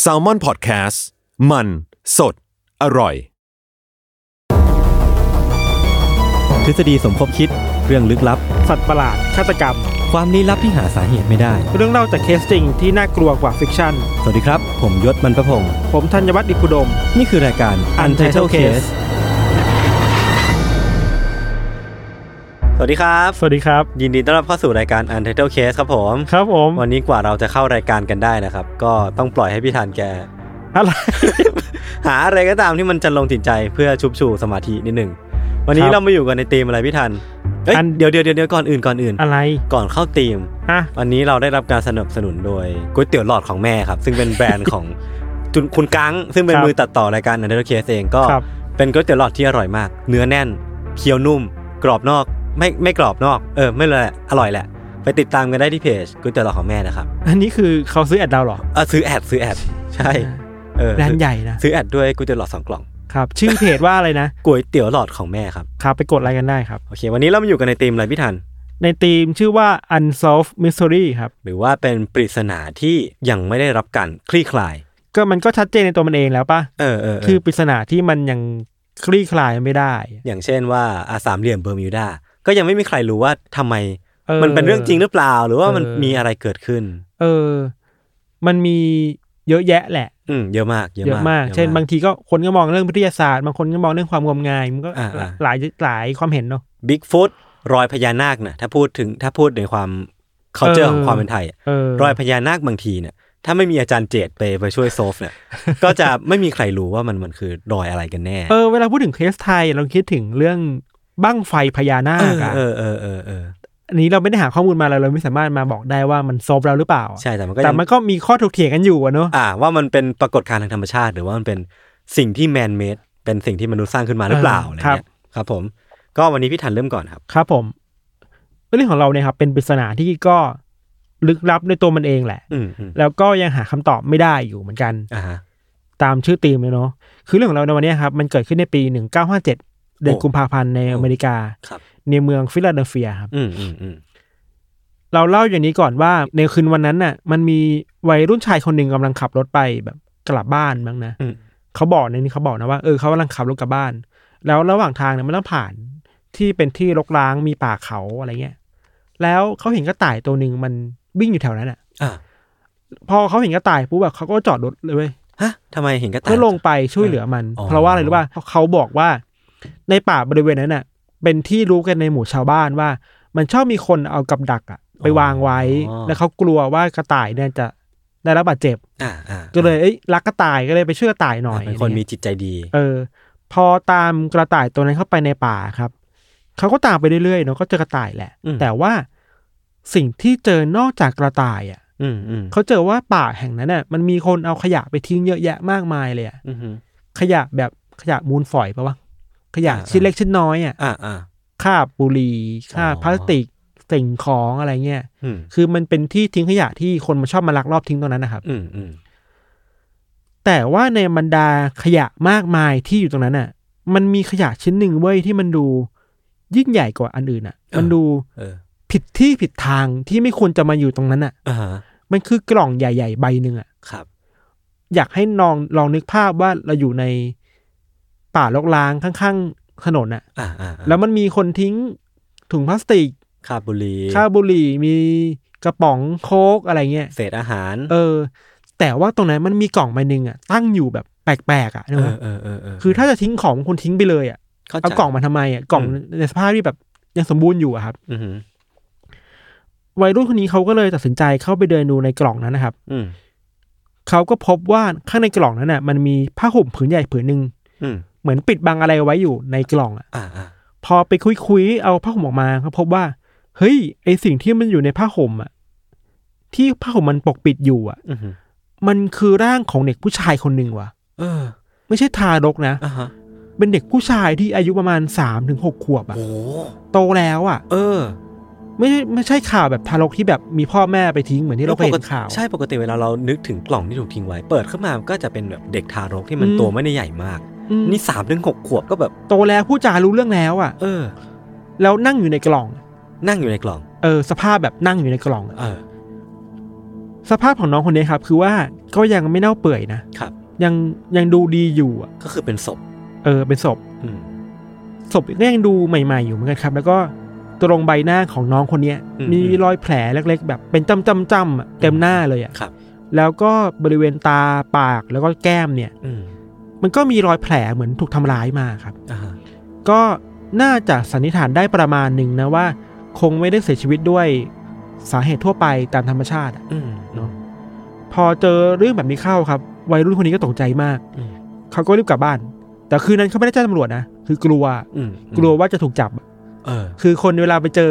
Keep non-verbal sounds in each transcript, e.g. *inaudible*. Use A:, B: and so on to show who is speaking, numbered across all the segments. A: แซลมอนพอดแคสต์มันสดอร่อย
B: ทฤษฎีสมคบคิดเรื่องลึกลับ
C: สัตว์ประหลาด ฆาตกรรม
B: ความลี้ลับที่หาสาเหตุไม่ได้
C: เรื่องเล่าจากเคสจริงที่น่ากลัวกว่าฟิกชั่น
B: สวัสดีครับ ผมยศมันประพงศ์
C: ผมธัญวัฒน์อิพุดม
B: นี่คือรายการ Untitled Case สวัสดีครับ
D: สวัสดีครับ
B: ยินดีต้อนรับเข้าสู่รายการ Untitled Case ครับผม
D: ครับผม
B: วันนี้กว่าเราจะเข้ารายการกันได้นะครับ ก็ต้องปล่อยให้พี่ธันแก *laughs*
D: อะไร
B: หาอะไรก็ตามที่มันจะลงจิตใจเพื่อชุบชูสมาธินิดหนึ่ง วันนี้
D: ครับ
B: เรามาอยู่กันในธีมอะไรพี่ธันเอ้ย
D: อัน
B: เดี๋ยวเดี๋ยวเดี๋ยวก่อนอื่นก่อนอื่น
D: อะไร
B: ก่อนเข้าธีม
D: ฮะ
B: วันนี้เราได้รับการสนับสนุนโดยก๋วยเตี๋ยวหลอดของแม่ครับ ซึ่งเป็นแบรนด์ของ *laughs* จุนคุณกังซึ่งเป็นมือตัดต่อรายการ u n d e r c a s e เองก็
D: ครับ
B: เป็นก๋วยเตี๋ยวหลอดที่อร่อยมาก เนื้อแน่น เคี้ยวนุ่ม กรอบนอก ไม่ไม่กรอบนอก เออ ไม่เลยแหละอร่อยแหละ ไปติดตามกันได้ที่เพจก๋วยเตี๋ยวหลอดของแม่นะครับ
D: อันนี้คือเขาซื้อแอดเราเหรอ
B: เออซื้อแอดซื้อแอดใช่เออ
D: แบรนด์ใหญ่นะ
B: ซื้อแอดด้วยก๋วยเตี๋ยวหลอดสองกล่อง
D: ครับ ชื่อเพจว่าอะไรนะ
B: ก๋วยเตี๋ยวหลอดของแม่ครับ
D: ครับไปกดไลค์กันได้ครับ
B: โอเค วันนี้เรามาอยู่กันในธีมอะไรพี่ทัน
D: ในทีมชื่อว่า unsolved mystery ครับ
B: หรือว่าเป็นปริศนาที่ยังไม่ได้รับการคลี่คลาย
D: ก็มันก็ชัดเจนในตัวมันเองแล้วปะ
B: เออเออเ
D: คือปริศนาที่มันยังคลี่คลายไม่ได้
B: อย่างเช่นว่าอาสามเหลี่ยมเบอร์มิวดา ก็ยังไม่มีใครรู้ว่าทำไม
D: ออ
B: มันเป็นเรื่องจริงหรือเปล่า หรือว่ามัน
D: เออ
B: มีอะไรเกิดขึ้น
D: เออ มันมีเยอะแยะแหละ
B: อืมเยอะมาก เยอะ
D: เยอะ
B: มาม
D: าก ก เช่น บางทีก็คนก็มองเรื่องวิทยาศาสตร์ บางคนก็มองเรื่องความงมงาย มันก็
B: อ่าอ่า
D: หลายหลายความเห็นเนาะ
B: บิ๊กฟุตรอยพญานาคนะถ้าพูดถึงถ้าพูดในความ c u เจอ
D: เออ
B: ของความเป็นไทยอะ
D: เออ
B: รอยพญานาคบางทีเนี่ยถ้าไม่มีอาจารย์เจตไปไปช่วยโซฟ *laughs* เนี่ย ก็จะไม่มีใครรู้ว่ามันมันคือรอยอะไรกันแน่
D: เออเวลาพูดถึงเคสไทยเราคิดถึงเรื่องบั้งไฟพญานาคอะ
B: เออเออเออเออ
D: อันนี้เราไม่ได้หาข้อมูลมาเราเราไม่สามารถมาบอกได้ว่ามันโซฟเราหรือเปล่าอะ
B: ใช่แต่มันก็
D: แต่
B: ยัง
D: มันก็มีข้อถกเถียงกันอยู่อะเนอะ
B: อ่า ว่ามันเป็นปรากฏการณ์ทางธรรมชาติ หรือว่ามันเป็นสิ่งที่แมนเมดเป็นสิ่งที่มนุษย์สร้างขึ้นมาหรือเปล่าอะไรเงี้ยครับ ผม ก็วันนี้พี่ทันเริ่มก่อนครับ
D: ครับผมเรื่องของเราเนี่ยครับเป็นปริศนาที่ก็ลึกลับในตัวมันเองแหละ
B: อืมอืม
D: แล้วก็ยังหาคำตอบไม่ได้อยู่เหมือนกัน
B: อ่าฮะ
D: ตามชื่อธีมเลยเนาะคือเรื่องของเราในวันเนี้ยครับมันเกิดขึ้นในปี 1957 เดือน
B: โอ้
D: กุมภาพันธ์ใน
B: โอ้
D: อเมริกา
B: ครับ
D: ในเมืองฟิลาเดลเฟียครับ
B: อืมอืมอืม
D: เราเล่าอย่างนี้ก่อนว่าในคืนวันนั้นน่ะ มันมีวัยรุ่นชายคนหนึ่งกำลังขับรถไปแบบกลับบ้านมั้งนะ
B: อืม
D: เขาบอกในนี้เขาบอกนะว่าเออเขากำลังขับรถกลับบ้าน แล้วระหว่างทางเนี่ยมันต้องผ่านที่เป็นที่รกร้างมีป่าเขาอะไรเงี้ยแล้วเขาเห็นกระต่ายตัวหนึ่งมันวิ่งอยู่แถวนั้นอ่ะ
B: อ่า
D: พอเขาเห็นกระต่ายปุ๊บแบบเขาก็จอดรถเลยเว้ย
B: ฮะทำไมเห็นกระต่าย
D: เพื่อลงไปช่วยเหลือมัน
B: อ๋อ
D: เพราะว่าอะไรรู้ป่ะเพราะเขาบอกว่าในป่าบริเวณนั้นน่ะ เป็นที่รู้กันในหมู่ชาวบ้านว่า มันชอบมีคนเอากับดักอ่ะ ไปวางไว้ แล้วเขากลัวว่ากระต่ายเนี่ยจะได้รับบาดเจ็บ
B: อ่าอ่า
D: ก็เลยเอ้ยรักกระต่ายก็เลยไปช่วยกระต่ายหน่อย
B: เป็นคนมี
D: อะไรเงี้ย
B: จิตใจดี
D: เออ พอตามกระต่ายตัวนั้นเข้าไปในป่าครับเขาก็ตามไปเรื่อยๆเนาะก็เจอกระต่ายแหละ แต่ว่าสิ่งที่เจอนอกจากกระต่ายอ่ะ
B: อืมอืม
D: เขาเจอว่าป่าแห่งนั้นน่ะ มันมีคนเอาขยะไปทิ้งเยอะแยะมากมายเลยอะ
B: อืมอืม
D: ขยะแบบขยะมูลฝอยปะวะขยะ
B: อ่า
D: ชิ้นเล็กชิ้นน้อยอ่ะ
B: อ่าอ่า
D: คราบบุหรี่คราบพลาสติกสิ่งของอะไรเงี้ย
B: อืม
D: คือมันเป็นที่ทิ้งขยะที่คนมันชอบมาลักลอบทิ้งตรงนั้นนะครับ
B: อืมอืม
D: แต่ว่าในบรรดาขยะมากมายที่อยู่ตรงนั้นน่ะ มันมีขยะชิ้นหนึ่งเว้ยที่มันดูยิ่งใหญ่กว่าอันอื่นน่ะ มันดู
B: เออ
D: ผิดที่ผิดทางที่ไม่ควรจะมาอยู่ตรงนั้นน่ะ
B: อ่าฮะ
D: มันคือกล่องใหญ่ ๆ ใบหนึ่งอ่ะ
B: ครับ
D: อยากให้นองลองนึกภาพว่าเราอยู่ในป่ารกร้างข้างๆถนนน่ะ
B: อ่าอ่า
D: แล้วมันมีคนทิ้งถุงพลาสติก
B: คาบบุหรี
D: ข้าวบุหรี่มีกระป๋องโค้กอะไรเงี้ย
B: เศษอาหาร
D: เออ แต่ว่าตรงนั้นมันมีกล่องใบหนึ่งอ่ะ ตั้งอยู่แบบแปลกๆอ่ะนึก
B: เอ
D: ออก
B: อ
D: ไหม
B: เออเออเออ
D: คือถ้าจะทิ้งของคุณทิ้งไปเลยอ่ะ
B: เข้ใจ
D: เอากล่องมาทำไมอ่ะ กล่องในสภาพที่แบบยังสมบูรณ์อยู่อะครับ
B: อืมอืม
D: วัยรุ่นคนนี้เขาก็เลยตัดสินใจเข้าไปเดินดูในกล่องนั้นนะครับ
B: อืม
D: เขาก็พบว่าข้างในกล่องนั้นน่ะ มันมีผ้าห่มผืนใหญ่ผืนหนึ่ง
B: อืม
D: เหมือนปิดบังอะไรไว้อยู่ในกล่องอ่ะ
B: อ่าอ่า
D: พอไปคุยๆเอาผ้าห่มออกมาเขาพบว่า เฮ้ย ไอสิ่งที่มันอยู่ในผ้าห่มอ่ะ ที่ผ้าห่มมันปกปิดอยู่อ่ะ
B: อื้อหือ
D: มันคือร่างของเด็กผู้ชายคนหนึ่งว่ะ
B: เออ
D: ไม่ใช่ทารกนะ
B: อ่ะฮะ
D: เป็นเด็กผู้ชายที่อายุประมาณ3ามถึงหกขวบอะ
B: โอ้โห
D: โตแล้วอะ
B: เออ
D: ไม่ใช่ไม่ใช่ข่าวแบบทารกที่แบบมีพ่อแม่ไปทิ้งเหมือนที่เราเคยเห็นข่าว
B: ใช่ปกติเวลาเรานึกถึงกล่องที่ถูกทิ้งไว้ เปิดขึ้นมาก็จะเป็นแบบเด็กทารกที่มัน
D: อืม
B: ตัวไม่ได้ใหญ่มาก
D: อืม
B: นี่สามถึงหกขวบก็แบบ
D: โตแล้วผู้จารู้เรื่องแล้วอะ
B: เออ
D: แล้วนั่งอยู่ในกล่อง
B: นั่งอยู่ในกล่อง
D: เออสภาพแบบนั่งอยู่ในกล่องอะ
B: เออ
D: สภาพของน้องคนนี้ครับ คือว่าก็ยังไม่เน่าเปื่อยนะครับ ยังยังดูดีอยู่อะ
B: ก็คือเป็นศพ
D: เออเป็นศพ
B: อืม
D: ศพก็ยังดูใหม่ๆอยู่เหมือนกันครับ แล้วก็ตรงใบหน้าของน้องคนเนี้ย
B: อืม
D: มีรอยแผลเล็ก ๆ แบบเป็นจำๆๆอะเต็มหน้าเลยอะ
B: ครับ
D: แล้วก็บริเวณตาปากแล้วก็แก้มเนี่ย
B: อืม
D: มันก็มีรอยแผลเหมือนถูกทำร้ายมาครับ
B: อ่าฮะ
D: ก็น่าจะสันนิษฐานได้ประมาณหนึ่งนะว่า คงไม่ได้เสียชีวิตด้วยสาเหตุทั่วไปตามธรรมชาติอะ
B: อืม
D: พอเจอเรื่องแบบนี้เข้าครับ วัยรุ่นคนนี้ก็ตกใจมาก
B: อืม
D: เขาก็รีบกลับบ้าน แต่คืนนั้นเขาไม่ได้แจ้งตำรวจนะ คือกลัว
B: อืม
D: กลัวว่าจะถูกจับ
B: เออ
D: คือคนเวลาไปเจอ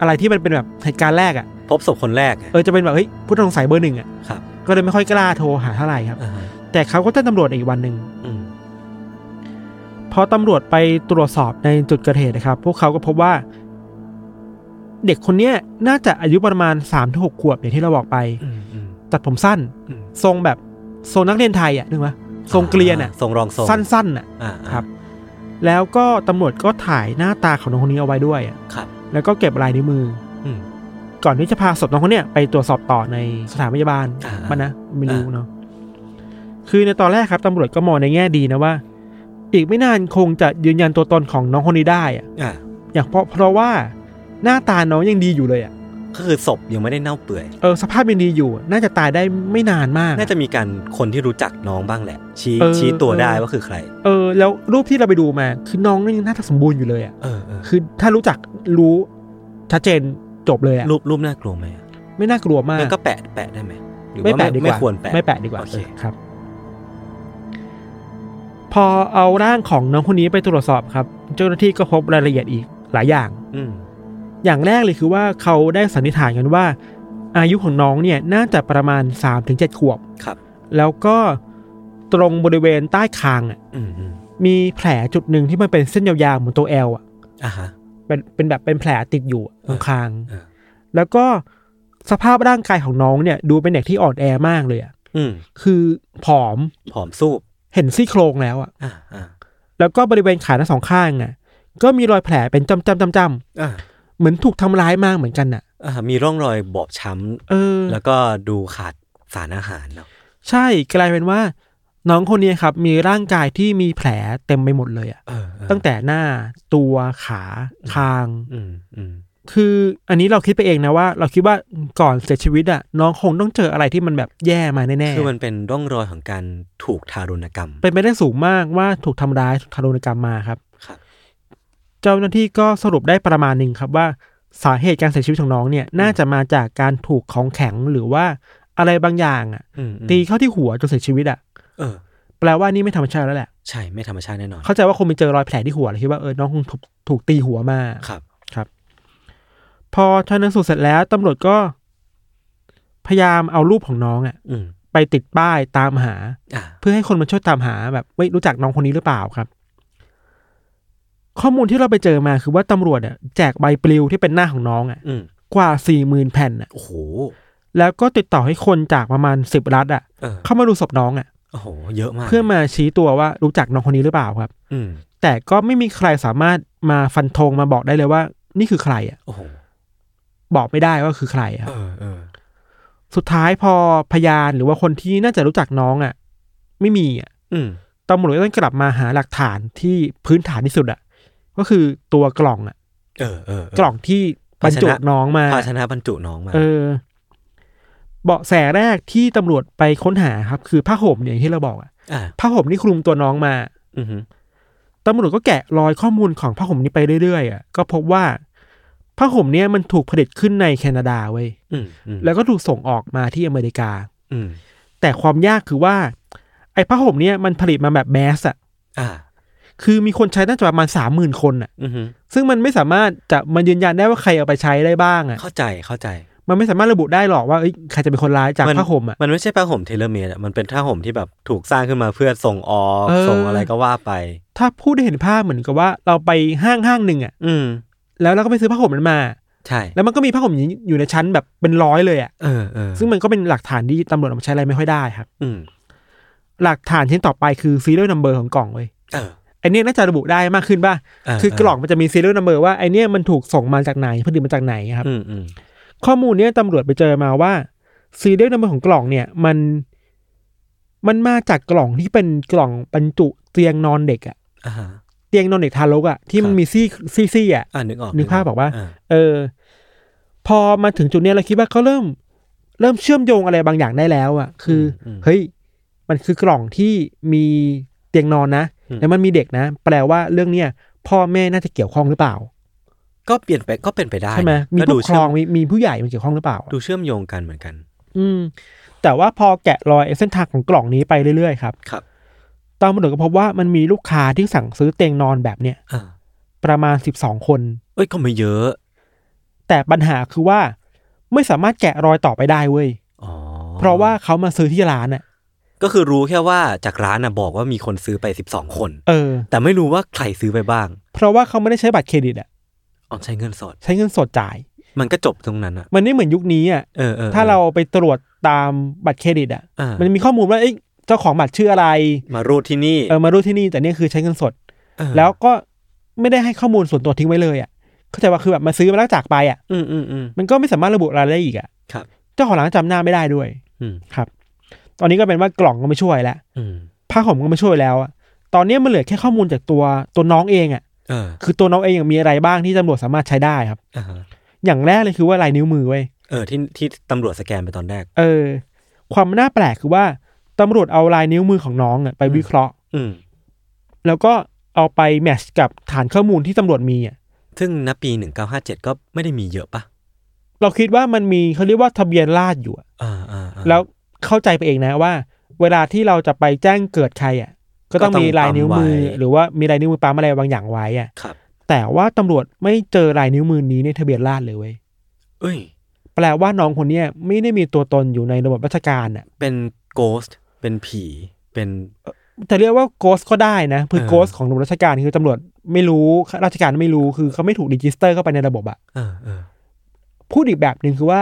D: อะไรที่มันเป็นแบบเหตุการณ์แรกอะ่ะ
B: พบศพคนแรกไง
D: เออจะเป็นแบบเฮ้ยผู้ต้องสงสัยเบอร์หนึ่งอะ่ะ
B: ครับ
D: ก็เลยไม่ค่อยกล้าโทรหาเท่าไหร่ครับ
B: อ่าฮะ
D: แต่เขาก็แจ้งตำรวจอีกวันหนึ่ง
B: อืม
D: พอตำรวจไปตรวจสอบในจุดเกิดเหตุนะครับ พวกเขาก็พบว่า เด็กคนเนี้ยน่าจะอายุประมาณ3ามถึงหกขวบอย่างที่เราบอกไป
B: อืมอืม
D: ตัดผมสั้น
B: อืม
D: ทรงแบบทรงนักเรียนไทยอ่ะนึกว่าทรงเกลียนอ่ะ
B: าทรงรองทรง
D: สั้นๆอ่ะ
B: อ่า
D: ครับ แล้วก็ตำรวจก็ถ่ายหน้าตาของน้องคนนี้เอาไว้ด้วยอะ
B: ครับ
D: แล้วก็เก็บลายนิ้วมือ
B: อืม
D: ก่อนที่จะพาศพน้องคนเนี้ยไปตรวจสอบต่อในสถานพยาบาล
B: อ่ามั
D: มันนะไม่รู้เนาะคือในตอนแรกครับตำรวจก็มองในแง่ดีนะว่า อีกไม่นานคงจะยืนยันตัวตนของน้องคนนี้ได้อะ
B: อ่า
D: อย่างเพราะเพราะว่าหน้าตาน้องยังดีอยู่เลยอะ
B: ก็คือศพยังไม่ได้เน่าเปื่อย
D: เออสภาพยังดีอยู่ น่าจะตายได้ไม่นานมาก
B: น่าจะมีการคนที่รู้จักน้องบ้างแหละ ชี้
D: เออ
B: ชี้ตัวได้
D: เออ
B: ว่าคือใคร
D: เออแล้วรูปที่เราไปดูมา คือน้องนี่ยังหน้าตาสมบูรณ์อยู่เลยอะ
B: เออเออ
D: คือถ้ารู้จักรู้ชัดเจนจบเลยอะ
B: รูปรูปน่ากลัวไหมอะ
D: ไม่น่ากลัวมาก
B: งั้นก็แปะแปะได้ไหมหรือว่า
D: ไม่แปะดีกว่า
B: ไม่ควรแปะ
D: ไม่แปะดีกว่า
B: โอเค
D: เออครับ พอเอาร่างของน้องคนนี้ไปตรวจสอบครับ เจ้าหน้าที่ก็พบรายละเอียดอีกหลายอย่าง
B: อืม
D: อย่างแรกเลยคือว่าเขาได้สันนิษฐานกันว่า อายุของน้องเนี่ยน่าจะประมาณ 3-7 ขวบ
B: ครับ
D: แล้วก็ตรงบริเวณใต้คางอ่ะ
B: อืมอืม
D: มีแผลจุดหนึ่งที่มันเป็นเส้นยาวๆเหมือนตัวแอลอ่ะ
B: อ่าฮะ
D: เป็นเป็นแบบเป็นแผลติดอยู่ตรงคาง
B: เออ
D: แล้วก็สภาพร่างกายของน้องเนี่ย ดูเป็นเด็กที่อ่อนแอมากเลยอ่ะ
B: อืม
D: คือผอม
B: ผอมซูบ
D: เห็นซี่โครงแล้วอะ
B: อ่าอ่า
D: แล้วก็บริเวณขาทั้งสองข้างอะก็มีรอยแผลเป็นจำจำจำจำ
B: อ่า
D: เหมือนถูกทำร้ายมากเหมือนกันน่ะ
B: อ่ามีร่องรอยบอบช้
D: เออ
B: ำแล้วก็ดูขาดสารอาหารเนาะ
D: ใช่กลายเป็นว่า น้องคนนี้ครับ มีร่างกายที่มีแผลเต็มไปหมดเลยอะ
B: เออเออ
D: ตั้งแต่หน้าตัวขาคาง
B: อืมอืม
D: คืออันนี้เราคิดไปเองนะว่า เราคิดว่าก่อนเสียชีวิตอะน้องคงต้องเจออะไรที่มันแบบแย่มาแน่
B: คือมันเป็นร่องรอยของการถูกทารุณกรรม
D: ๆเป็นไปได้สูงมากว่าถูกทำร้ายถูกทารุณกรรมมาครับ
B: ครับ
D: เจ้าหน้าที่ก็สรุปได้ประมาณหนึ่งครับว่าสาเหตุการเสียชีวิตของน้องเนี่ยน่าจะมาจากการถูกของแข็งหรือว่าอะไรบางอย่างอ่ะ
B: อืมอืม
D: ตีเข้าที่หัวจนเสียชีวิตอ่ะ
B: เออ
D: แปลว่านี่ไม่ธรรมชาติแล้วแหละ
B: ใช่ไม่ธรรมชาติแน่นอน
D: เข้าใจว่าคงไปเจอรอยแผลที่หัวเลยคิดว่าเออน้องคงถูกถูกตีหัวมา
B: ครับ
D: พอชันสูตรเสร็จแล้วตำรวจก็ พยายามเอารูปของน้องอ่ะ
B: อืม
D: ไปติดป้ายตามหา
B: อ่า
D: เพื่อให้คนมาช่วยตามหาแบบเว้ยรู้จักน้องคนนี้หรือเปล่าครับ ข้อมูลที่เราไปเจอมาคือว่าตำรวจอ่ะแจกใบปลิวที่เป็นหน้าของน้องอ่ะ
B: อืม
D: กว่า4ี่หมื่นแผ่นน่ะ
B: โอ้โห
D: แล้วก็ติดต่อให้คนจากประมาณสิบรัฐอ่ะ
B: เออ
D: เข้ามาดูศพน้องอ่ะ
B: โอ้โห เยอะมาก
D: เพื่อมาชี้ตัวว่ารู้จักน้องคนนี้หรือเปล่าครับ
B: อืม
D: แต่ก็ไม่มีใครสามารถมาฟันธงมาบอกได้เลยว่า นี่คือใครอ่ะ
B: โอ้โห
D: บอกไม่ได้ว่าคือใครค
B: เอ
D: รับ
B: อเออ
D: สุดท้ายพอพยานหรือว่าคนที่น่าจะรู้จักน้องอ่ะ ไม่มีอ่ะ
B: อืม
D: ตำรวจก็ต้องกลับมาหาหลักฐานที่พื้นฐานที่สุดอ่ะ ก็คือตัวกล่องอ่ะ
B: เออเออเ
D: กล่องที่บรรจุน้องมา
B: ภาชนะบรรจุน้องมา
D: เออ เบาะแสแรกที่ตำรวจไปค้นหาครับ คือผ้าห่มเนี่ยอย่างที่เราบอกอะ
B: อ่า
D: ผ้าห่มนี่คลุมตัวน้องมา
B: อืมฮึ
D: ตำรวจก็แกะรอยข้อมูลของผ้าห่มนี้ไปเรื่อยๆอะก็พบว่าผ้าห่มเนี่ยมันถูกผลิตขึ้นในแคนาดาเว้ย
B: อืมอืม
D: แล้วก็ถูกส่งออกมาที่อเมริกา
B: อืม
D: แต่ความยากคือว่า ไอ้ผ้าห่มเนี่ยมันผลิตมาแบบแมสอะ
B: อ่า
D: คือมีคนใช้น่าจะประมาณสามหมื่นคนอะ
B: อืมฮึ
D: ซึ่งมันไม่สามารถจะมายืนยันได้ว่าใครเอาไปใช้ได้บ้างอะ
B: เข้าใจเข้าใจ
D: มันไม่สามารถระบุได้หรอกว่าเอ้ยใครจะเป็นคนร้ายจาก
B: มัน
D: ผ้าห่มอ่ะ
B: มันไม่ใช่ผ้าห่มเทเลเมดอะมันเป็นผ้าห่มที่แบบถูกสร้างขึ้นมาเพื่อส่งออก
D: เออ
B: ส่งอะไรก็ว่าไป
D: ถ้าพูดได้เห็นภาพเหมือนกับว่าเราไปห้างห้างหนึ่งอ่ะ
B: อืม
D: แล้วเราก็ไปซื้อผ้าห่มนั้นมา
B: ใช่
D: แล้วมันก็มีผ้าห่มอย่างนี้อยู่ในชั้นแบบเป็นร้อยเลยอ่ะ
B: เออเออ
D: ซึ่งมันก็เป็นหลักฐานที่ตำรวจเอามาใช้อะไรไม่ค่อยได้ครับ
B: อืม
D: หลักฐานชิ้นต่อไปคือซีเรียลนัมเบอร์ของกล่องเว้ย
B: เออ
D: ไอเนี้ยน่าจะระบุได้มากขึ้นป่ะ
B: เ
D: คือกล่องมันจะมีซีเรียลนัมเบอร์ว่าไอเนี้ยมันถูกส่งมาจากไหนผลิตมาจากไหนครับ
B: อืมอืม
D: ข้อมูลเนี้ยตำรวจไปเจอมาว่าซีเรียลนัมเบอร์ของกล่องเนี่ยมันมันมาจากกล่องที่เป็นกล่องบรรจุเตียงนอนเด็กอะ
B: อ่าฮะ
D: เตียงนอนเด็กทารกอะที่มั
B: คน รับ
D: มีซี่ซี่ซี่อะ
B: อ่านึกออก
D: นึกภาพบอกว่า
B: เ
D: เออ พอมาถึงจุดเนี้ยเราคิดว่าเขาเริ่ม เริ่มเชื่อมโยงอะไรบางอย่างได้แล้วอะคืออ
B: ม
D: เฮ้ย มันคือกล่องที่มีเตียงนอนนะ
B: อืม
D: แล้วมันมีเด็กนะ แปลว่าเรื่องเนี้ยพ่อแม่น่าจะเกี่ยวข้องหรือเปล่า
B: ก็เปลี่ยนไปก็เป็นไปได้
D: ใช่ไหม
B: นะ
D: มี
B: ก็
D: ผู้
B: ดู
D: ปกคร
B: เชื่
D: อ
B: อง ม
D: มีมีผู้ใหญ่มันเกี่ยวข้องหรือเปล่า
B: ดูเชื่อมโยงกันเหมือนกัน
D: อืมแต่ว่าพอแกะรอยเส้นทางของกล่องนี้ไปเรื่อยๆครับ
B: ครับ
D: ตามมาดูก็พบว่ามันมีลูกค้าที่สั่งซื้อเตียงนอนแบบเนี้ย
B: อ่า
D: ประมาณ 12 คน
B: เอ้ยก็ไม่เยอะ
D: แต่ปัญหาคือว่า ไม่สามารถแกะรอยต่อไปได้เว้ย
B: อ๋อ
D: เพราะว่าเขามาซื้อที่ร้านอ่ะ
B: ก็คือรู้แค่ว่าจากร้านน่ะบอกว่ามีคนซื้อไปสิบสองคน
D: เออ
B: แต่ไม่รู้ว่าใครซื้อไปบ้าง
D: เพราะว่าเขาไม่ได้ใช้บัตรเครดิตอ่ะ
B: อ๋อใช้เงินสด
D: ใช้เงินสดจ่าย
B: มันก็จบตรงนั้นอ่ะ
D: มันไม่เหมือนยุคนี้อ่ะ
B: เออเออ
D: ถ้าเราไปตรวจตามบัตรเครดิตอ่ะ
B: อ่า
D: มันมีข้อมูลว่าเอ้ยเจ้าของบัตรชื่ออะไร
B: มารูดที่นี่
D: เออมารู้ที่นี่แต่เนี่ยคือใช้เงินสด
B: เออ
D: แล้วก็ไม่ได้ให้ข้อมูลส่วนตัวทิ้งไว้เลยอ่ะเข้าใจว่าคือแบบมาซื้อมาแล้วจากไปอ่ะ
B: อืมอืมอืม
D: มันก็ไม่สามารถระบุรายละเอียดอีกอ่ะ
B: ครับ
D: เจ้าของร้านจำหน้าไม่ได้ด้วย
B: อืม
D: ตอนนี้ก็เป็นว่ากล่องก็ไม่ช่วยแล้ว
B: อืม
D: ผ้าห่มก็ไม่ช่วยแล้วอะตอนนี้มันเหลือแค่ข้อมูลจากตัวตัวน้องเองอ่ะ
B: เออ
D: คือตัวน้องเองยังมีอะไรบ้างที่ตำรวจสามารถใช้ได้ครับ
B: อ่าฮะ
D: อย่างแรกเลยคือว่าลายนิ้วมือเว้ย
B: เออที่ที่ตำรวจสแกนไปตอนแรก
D: เออ ความน่าแปลกคือว่าตำรวจเอาลายนิ้วมือของน้องอะไป
B: อืม
D: วิเคราะห์
B: อืม
D: แล้วก็เอาไปแมทช์กับฐานข้อมูลที่ตำรวจมีอ่ะ
B: ซึ่งณปี 1957 ก็ไม่ได้มีเยอะปะ
D: เราคิดว่ามันมีเขาเรียกว่าทะเบียนราษฎร์อยู่อะ
B: อ่าอ่าอ่า
D: แล้วเข้าใจไปเองนะว่า เวลาที่เราจะไปแจ้งเกิดใครอ่ะ ก็ต้อง
B: ก็ต้อง
D: มีลายนิ้วมื
B: ปั๊ม
D: อ
B: ไว้
D: หรือว่ามีลายนิ้วมือปั๊มอะไรบางอย่างไว้อ่ะ
B: ครับ
D: แต่ว่าตำรวจไม่เจอลายนิ้วมือนี้ในทะเบียนราษฎร์เลยเว้ย
B: เอ้ย
D: แปลว่าน้องคนเนี้ยไม่ได้มีตัวตนอยู่ในระบบราชการอ่ะ
B: เป็นโกสต์เป็นผีเป็น
D: จะเรียกว่าโกสก็ได้นะคือ
B: เออ
D: โกสของระบบราชการคือตำรวจไม่รู้ข้าราชการไม่รู้คือเขาไม่ถูกดิจิสเตอร์เข้าไปในระบบอ่ะ
B: เออเออ
D: พูดอีกแบบหนึ่งคือว่า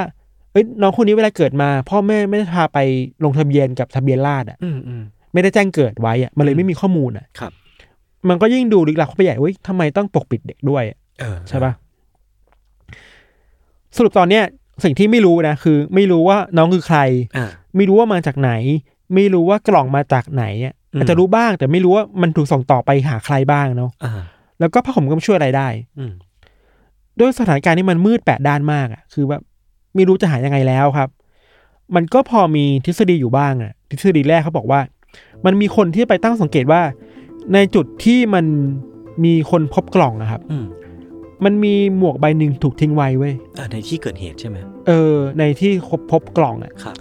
D: เอ้ยน้องคนนี้เวลาเกิดมา พ่อแม่ไม่ได้พาไปลงทะเบียนกับทะเบียนราษฎร์อ่ะ
B: อืมอืม
D: ไม่ได้แจ้งเกิดไว้อ่ะมันเลยไม่มีข้อมูลอ่ะ
B: ครับ
D: มันก็ยิ่งดูลึกลับเข้าไปใหญ่เว้ยทำไมต้องปกปิดเด็กด้วย
B: เออ
D: ใช่ปะสรุปตอนเนี้ยสิ่งที่ไม่รู้นะคือ ไม่รู้ว่าน้องคือใคร
B: อ่า
D: ไม่รู้ว่ามาจากไหน ไม่รู้ว่ากล่องมาจากไหนอะ
B: อืม
D: อาจจะรู้บ้าง แต่ไม่รู้ว่ามันถูกส่งต่อไปหาใครบ้างเนาะ
B: อ่า
D: แล้วก็ผ้าห่มก็ไม่ช่วยอะไรได้
B: อืม
D: ด้วยสถานการณ์ที่มันมืดแปดด้านมากอะคือแบบไม่รู้จะหายังไงแล้วครับ มันก็พอมีทฤษฎีอยู่บ้างอะทฤษฎีแรกเขาบอกว่า มันมีคนที่ไปตั้งสังเกตว่า ในจุดที่มันมีคนพบกล่องนะครับ
B: อืม
D: มันมีหมวกใบหนึ่งถูกทิ้งไว้เว้ย
B: อ่าในที่เกิดเหตุใช่ไหม
D: เออ ในที่พบพบกล่องอะ
B: ครับ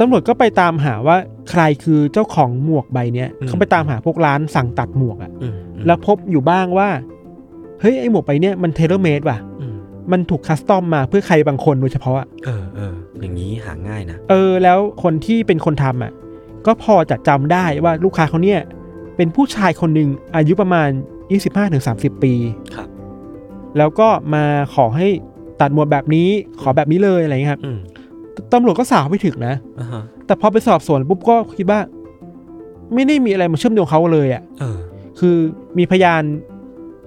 D: ตำรวจก็ไปตามหาว่าใครคือเจ้าของหมวกใบเนี้ย
B: อืม
D: เขาไปตามหาพวกร้านสั่งตัดหมวกอะ
B: อืมอืม
D: แล้วพบอยู่บ้างว่าเฮ้ยไอหมวกใบเนี้ยมันเทเลเมดว่ะ
B: อืม
D: มันถูกคัสตอมมาเพื่อใครบางคนโดยเฉพาะอะ
B: เออเอออย่างนี้หาง่ายนะ
D: เออแล้วคนที่เป็นคนทำอ่ะ ก็พอจะจำได้ว่าลูกค้าเขาเนี่ย เป็นผู้ชายคนหนึ่งอายุประมาณ 25-30 ปี
B: ครับ
D: แล้วก็มาขอให้ตัดหมวดแบบนี้ขอแบบนี้เลยอะไรเงี้ยครับ
B: อืม
D: ตำรวจก็สาวไปถึงนะ
B: อ่าฮะ
D: แต่พอไปสอบสวนปุ๊บก็คิดว่า ไม่ได้มีอะไรมาเชื่อมโยงเขาเลยอ่ะ
B: เออ
D: คือมีพยาน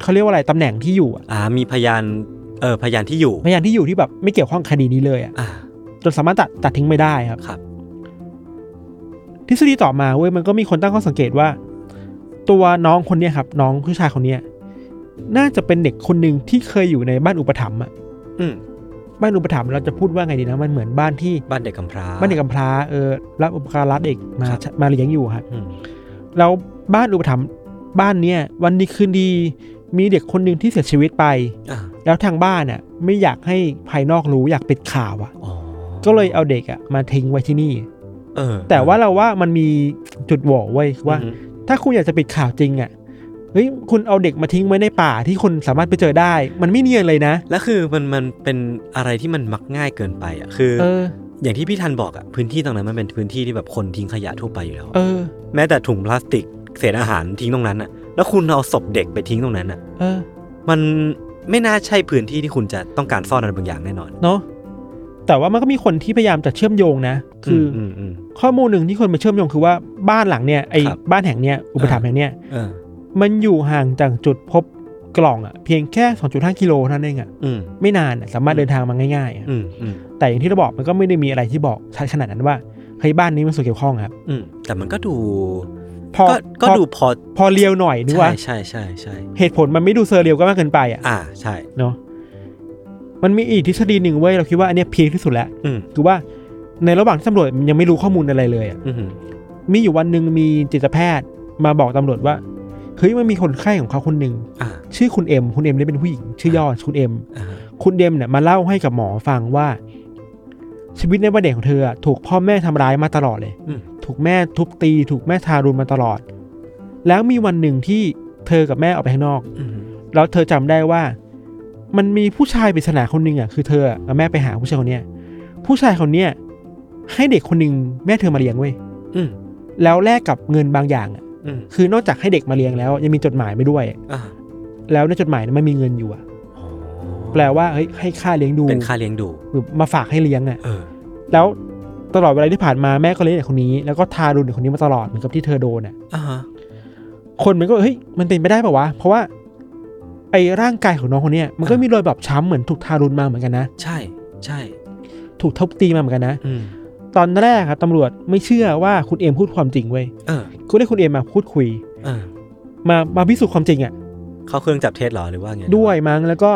D: เขาเรียกว่าอะไรตำแหน่งที่อยู่อะ
B: อ่า มีพยาน เออ พยานที่อยู่
D: พยานที่อยู่ที่แบบไม่เกี่ยวข้องคดีนี้เลยอ่ะ
B: อ่า
D: จนสามารถตัดตัดทิ้งไม่ได้ครับ
B: ครับ
D: ทฤษฎีต่อมาเว้ยมันก็มีคนตั้งข้อสังเกตว่า ตัวน้องคนเนี้ยครับ น้องผู้ชายคนเนี้ยน่าจะเป็นเด็กคนหนึ่งที่เคยอยู่ในบ้านอุปถัมภ์อะ
B: อืม
D: บ้านอุปถัมภ์เราจะพูดว่าไงดีนะมันเหมือนบ้านที่
B: บ้านเด็กกำพร้า
D: บ้านเด็กกำพร้าเออรับอุปการะเด็กมา
B: ครับ
D: มาเลี้ยงอยู่ครับ
B: อืม
D: แล้วบ้านอุปถัมภ์บ้านเนี้ยวันดีคืนดี มีเด็กคนหนึ่งที่เสียชีวิตไป
B: อ่า
D: แล้วทางบ้านอ่ะ ไม่อยากให้ภายนอกรู้อยากปิดข่าวอ่ะ
B: อ๋อ
D: ก็เลยเอาเด็กอ่ะมาทิ้งไว้ที่นี่
B: เออ
D: แต่ว่าเราว่ามันมีจุดโหว่เว้ยว่า
B: อืม
D: ถ้าคุณอยากจะปิดข่าวจริงอะ่ะ เฮ้ยคุณเอาเด็กมาทิ้งไว้ในป่าที่คนสามารถไปเจอได้ มันไม่เนียนเลยนะ
B: แล้วคือมันมันเป็นอะไรที่มันมักง่ายเกินไปอ่ะคือ
D: เออ
B: อย่างที่พี่ทันบอกอ่ะพื้นที่ตรงนั้นมันเป็นพื้นที่ที่แบบคนทิ้งขยะทั่วไปอยู่แล้วอะ
D: เออ
B: แม้แต่ถุงพลาสติกเศษอาหารทิ้งตรงนั้นอ่ะ แล้วคุณเอาศพเด็กไปทิ้งตรงนั้นอ่ะ
D: เออ
B: มันไม่น่าใช่พื้นที่ที่คุณจะต้องการซ่อนอะไรบางอย่างแน่นอน
D: เนอะแต่ว่ามันก็มีคนที่พยายามจะเชื่อมโยงนะ คืออ
B: มอืม
D: ข้อมูลหนึ่งที่คนมาเชื่อมโยงคือว่าบ้านหลังเนี่ยไอ้
B: ครับ
D: บ้านแห่งเนี้ยอุปถัมภ์แห่งเนี้ย
B: เออ
D: มันอยู่ห่างจากจุดพบกล่องอะเพียงแค่ 2.5 กิโลเท่านั้นเองอะ
B: อืม
D: ไม่นานอะสามารถเดินทางมาง่ายๆอะ
B: อืมอืม
D: แต่อย่างที่เราบอกมันก็ไม่ได้มีอะไรที่บอกชัดขนาดนั้นว่าเฮ้ยบ้านนี้มันส่วนเกี่ยวข้องครับ
B: อืมแต่มันก็ดู
D: พอ
B: ก็ก็
D: พอ
B: ดูพอ
D: พอเลียวหน่อยนึก
B: ใช่
D: ว่า
B: ใช่ใช่ใช่
D: เหตุผลมันไม่ดูเซอร์เรียลก็มากเกินไปอะ
B: อ่าใช่
D: เนาะมันมีอีกทฤษฎีหนึ่งเว้ยเราคิดว่าอันเนี้ยพีคที่สุดแล้ว
B: อืม
D: คือว่าในระหว่างที่ตำรวจมันยังไม่รู้ข้อมูลอะไรเลยอะ
B: อืม
D: มีอยู่วันหนึ่งมีจิตแพทย์มาบอกตำรวจว่า เฮ้ยมันมีคนไข้ของเขาคนหนึ่ง
B: อ่า
D: ชื่อคุณเอ็มคุณเอ็มเนี่ยเป็นผู้หญิง ชื่อย่อคุณเอ็ม
B: อ่า
D: คุณเอ็มเนี่ยมาเล่าให้กับหมอฟังว่า ชีวิตในวัยเด็กของเธออะถูกพ่อแม่ทำร้ายมาตลอดเลย
B: อืม
D: ถูกแม่ทุบตี ถูกแม่ทารุณมาตลอด แล้วมีวันหนึ่งที่เธอกับแม่ออกไปข้างนอก
B: อืม
D: แล้วเธอจำได้ว่า มันมีผู้ชายปริศนาคนหนึ่งอ่ะคือเธออะกับแม่ไปหาผู้ชายคนเนี้ยผู้ชายคนเนี้ยให้เด็กคนหนึ่งแม่เธอมาเลี้ยงเว้ย
B: อืม
D: แล้วแลกกับเงินบางอย่างอะ
B: อืม
D: คือนอกจากให้เด็กมาเลี้ยงแล้ว ยังมีจดหมายไปด้วย
B: อ่า
D: แล้วในจดหมายนั้นมันมีเงินอยู่อะ
B: อ๋อ
D: แปลว่าเฮ้ยให้ค่าเลี้ยงดู
B: เป็นค่าเลี้ยงดู
D: หรือมาฝากให้เลี้ยงอะ
B: เออ
D: แล้วตลอดเวลาที่ผ่านมาแม่ก็เลี้ยงเด็กคนนี้แล้วก็ทารุณเด็กคนนี้มาตลอดเหมือนกับที่เธอโดนอะ
B: อ่าฮะ
D: คนมันก็เฮ้ยมันเป็นไปได้ปะวะเพราะว่าไอ้ร่างกายของน้องคนเนี้ยมันก็มีรอยแบบช้ำเหมือนถูกทารุณมาเหมือนกันนะ
B: ใช่ใช่
D: ถูกทุบตีมาเหมือนกันนะ
B: อืม
D: ตอนแรกอะตำรวจไม่เชื่อว่าคุณเอ็มพูดความจริงเว้ย
B: เออ
D: ก็ได้คุณเอ็มมาพูดคุย
B: เออ
D: มามาพิสูจน์ความจริงอะ
B: เข้าเครื่องจับเท็จเหรอหรือว่าไง
D: ด้วยมั้งแล้วก็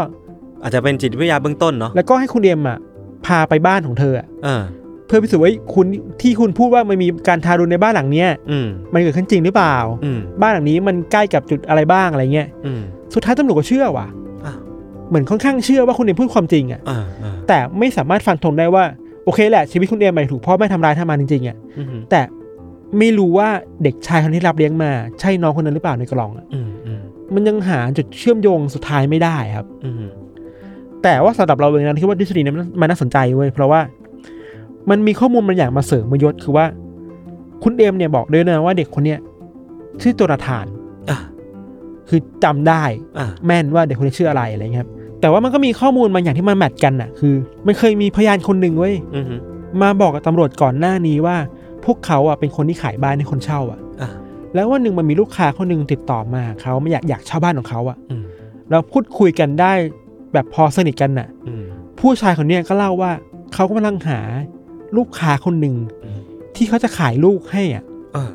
B: อาจจะเป็นจิตวิทยาเบื้องต้นเนาะ
D: แล้วก็ให้คุณเอ็มอ่ะพาไปบ้านของเธออะ
B: เออ
D: เพื่อพิสูจน์ว่าคุณที่คุณพูดว่ามันมีการทารุณในบ้านหลังเนี้ย
B: อืม
D: มันเกิดขึ้นจริงหรือเปล่า
B: อืม
D: บ้านหลังนี้มันใกล้กับจุดอะไรบ้างอะไรเงี้ย
B: อืม
D: สุดท้ายตำรวจก็เชื่อว่ะ
B: อ่า
D: เหมือนค่อนข้างเชื่อว่าคุณเอ็มพูดความจริงอ่ะ
B: อ่าอ่า
D: แต่ไม่สามารถฟันธงได้ว่าโอเคแหละชีวิตคุณเอ็มมันถูกพ่อแม่ทำร้ายทำมาจริงๆอ่ะ
B: อืม
D: แต่ไม่รู้ว่าเด็กชายคนที่รับเลี้ยงมา ใช่น้องคนนั้นหรือเปล่าในกล่องอะ
B: อืมอืม
D: มันยังหาจุดเชื่อมโยงสุดท้ายไม่ได้ครับ
B: อืม
D: แต่ว่าสำหรับเราเองนะคิดว่าทฤษฎีนี้มันมันน่าสนใจเว้ยเพราะว่ามันมีข้อมูลบางอย่างมาเสริมมายศคือว่า คุณเอมเนี่ยบอกด้วยนะว่าเด็กคนเนี้ยชื่อโจนาธาน
B: อ่า
D: คือจำได้
B: อ่า
D: แม่นว่าเด็กคนนี้ชื่ออะไรอะไรเงี้ยครับแต่ว่ามันก็มีข้อมูลบางอย่างที่มันแมทกันน่ะคือมันเคยมีพยานคนหนึ่งเว้ย
B: อืม
D: มาบอกกับตำรวจก่อนหน้านี้ว่า พวกเขาอ่ะเป็นคนที่ขายบ้านให้คนเช่าอ่ะ
B: อ่า
D: แล้ววันหนึ่งมันมีลูกค้าคนหนึ่งติดต่อมาเขาไม่อยากอยากเช่าบ้านของเขาอ่ะ
B: อืม
D: เราพูดคุยกันได้แบบพอสนิทกันน่ะ
B: อืม
D: ผู้ชายคนเนี้ยก็เล่าว่าเขากำลังหาลูกค้าคนหนึ่ง
B: อืม
D: ที่เขาจะขายลูกให้อ่ะ
B: เออ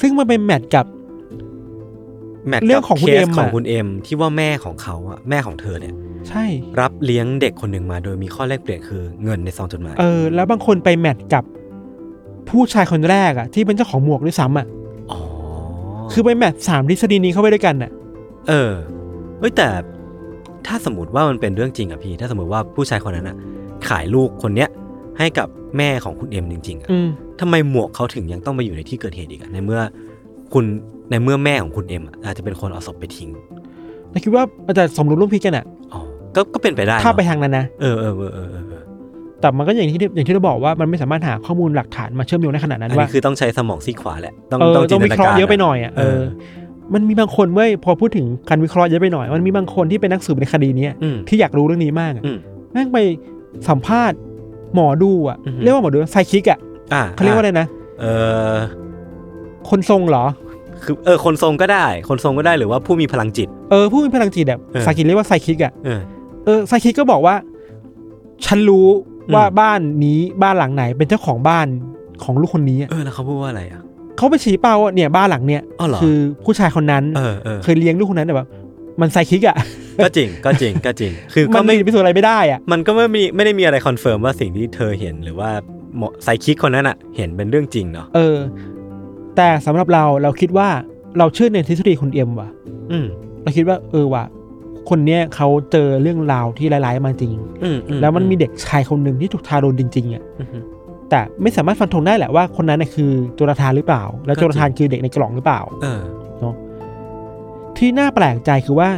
D: ซึ่งมันเป็นแมทกับ
B: แมท
D: เรื่องของคุณเอ็ม
B: ของ
D: อะ
B: คุณเอ็มที่ว่าแม่ของเขาอะแม่ของเธอเนี่ย
D: ใช่
B: รับเลี้ยงเด็กคนหนึ่งมาโดยมีข้อแลกเปลี่ยนคือเงินในซองจดหมาย
D: เออ แล้วบางคนไปแมทกับผู้ชายคนแรกอ่ะ ที่เป็นเจ้าของหมวกด้วยซ้ำอ่ะ
B: อ๋อ
D: คือไปแมทสามทฤษฎีนี้เข้าไปด้วยกันอ่ะ
B: เออเอ้ยแต่ถ้าสมมติว่ามันเป็นเรื่องจริงอะพี่ ถ้าสมมติว่าผู้ชายคนนั้นอะขายลูกคนเนี้ยให้กับแม่ของคุณเอ็มจริงๆอะ
D: อืม
B: ทำไมหมวกเขาถึงยังต้องมาอยู่ในที่เกิดเหตุอีกอะในเมื่อคุณในเมื่อแม่ของคุณเอ็มอะอาจจะเป็นคนเอาศพไปทิ้ง
D: เราคิดว่าอาจจะสมรู้ร่วมคิดกันอ่ะ
B: อ๋อก็ก็เป็นไปได้เนอะ
D: ถ้าไปทางนั้นนะ
B: เออเออเออเออเออเออ
D: แต่มันก็อย่างที่อย่างที่เราบอกว่ามันไม่สามารถหาข้อมูลหลักฐานมาเชื่อมโยงได้ขนาด
B: อั
D: นั้นน
B: นี้
D: ว่า
B: คือต้องใช้สมองซีกขวาแหละต้อง
D: เออ
B: ต้องจิ
D: ต้อน ง
B: ต
D: วิ
B: นา
D: เคราะ
B: การ
D: ห์เยอะไปหน่อยอ่ะ
B: เอ
D: เอ
B: อ
D: อ มันมีบางคนเว้ยพอพูดถึงการวิเคราะห์เยอะไปหน่อย มันมีบางคนที่เป็นนักสืบในคดีเนี้ย
B: อืม
D: ที่อยากรู้เรื่องนี้มากอะ
B: อืม
D: แม่งไปสัมภาษณ์หมอดูอ่ะ
B: อือหือ
D: เรียกว่าหมอดูไซคิกอ่ะ
B: อ่า
D: เขาเรียกว่าอะไรนะ
B: เออ
D: คนทรงเหรอ
B: คือเออคนทรงก็ได้ คนทรงก็ได้หรือว่าผู้มีพลังจิต
D: เออผู้มีพลังจิตอ่ะ
B: เออ
D: ไซคิกเรียกว่าไซคิกอ่ะ
B: เออ
D: เออไซคิกก็บอกว่า ฉันรู้ว่า
B: อืม
D: บ้านนี้บ้านหลังไหนเป็นเจ้าของบ้านของลูกคนนี้อะ
B: เออแล้วเขาพูดว่าอะไรอ่ะ
D: เขาไปชี้เป้าว่าเนี่ยบ้านหลังเนี่ย
B: อ้าวเหรอ
D: คือผู้ชายคนนั้น
B: เออเออ
D: เคยเลี้ยงลูกคนนั้นแต่แบบมันไซคิกอ่ะ
B: ก็จริงก็จริงก็
D: *laughs*
B: จริง คือ
D: มั
B: ก็
D: น
B: ไม่
D: ไม่พิสูจน์อะไรไม่ได้อ่ะ
B: มันก็ไม่มีไม่ได้มีอะไรคอนเฟิร์มว่าสิ่งที่เธอเห็นหรือว่าหมอไซคิกคนนั้นอ่ะ เห็นเป็นเรื่องจริงเนาะ
D: เออ แต่สำหรับเราเราคิดว่าเราเชื่อในทฤษฎีคุณเอ็มว่ะ
B: อืม
D: เราคิดว่าเออว่ะคนเนี้ยเขาเจอเรื่องราวที่ร้ายๆมาจริง
B: อืมอื
D: แล้วมันมีเด็กชายคนหนึ่งที่ถูกทารุณจริงๆอ่ะ
B: อืม
D: แต่ไม่สามารถฟันธงได้แหละว่าคนนั้นน่ะคือโจนาธานหรือเปล่า แล้ว
B: ก็จริง
D: โจนาธานคือเด็กในกล่องหรือเปล่า
B: เออ
D: ที่น่าแปลกใจคือว่า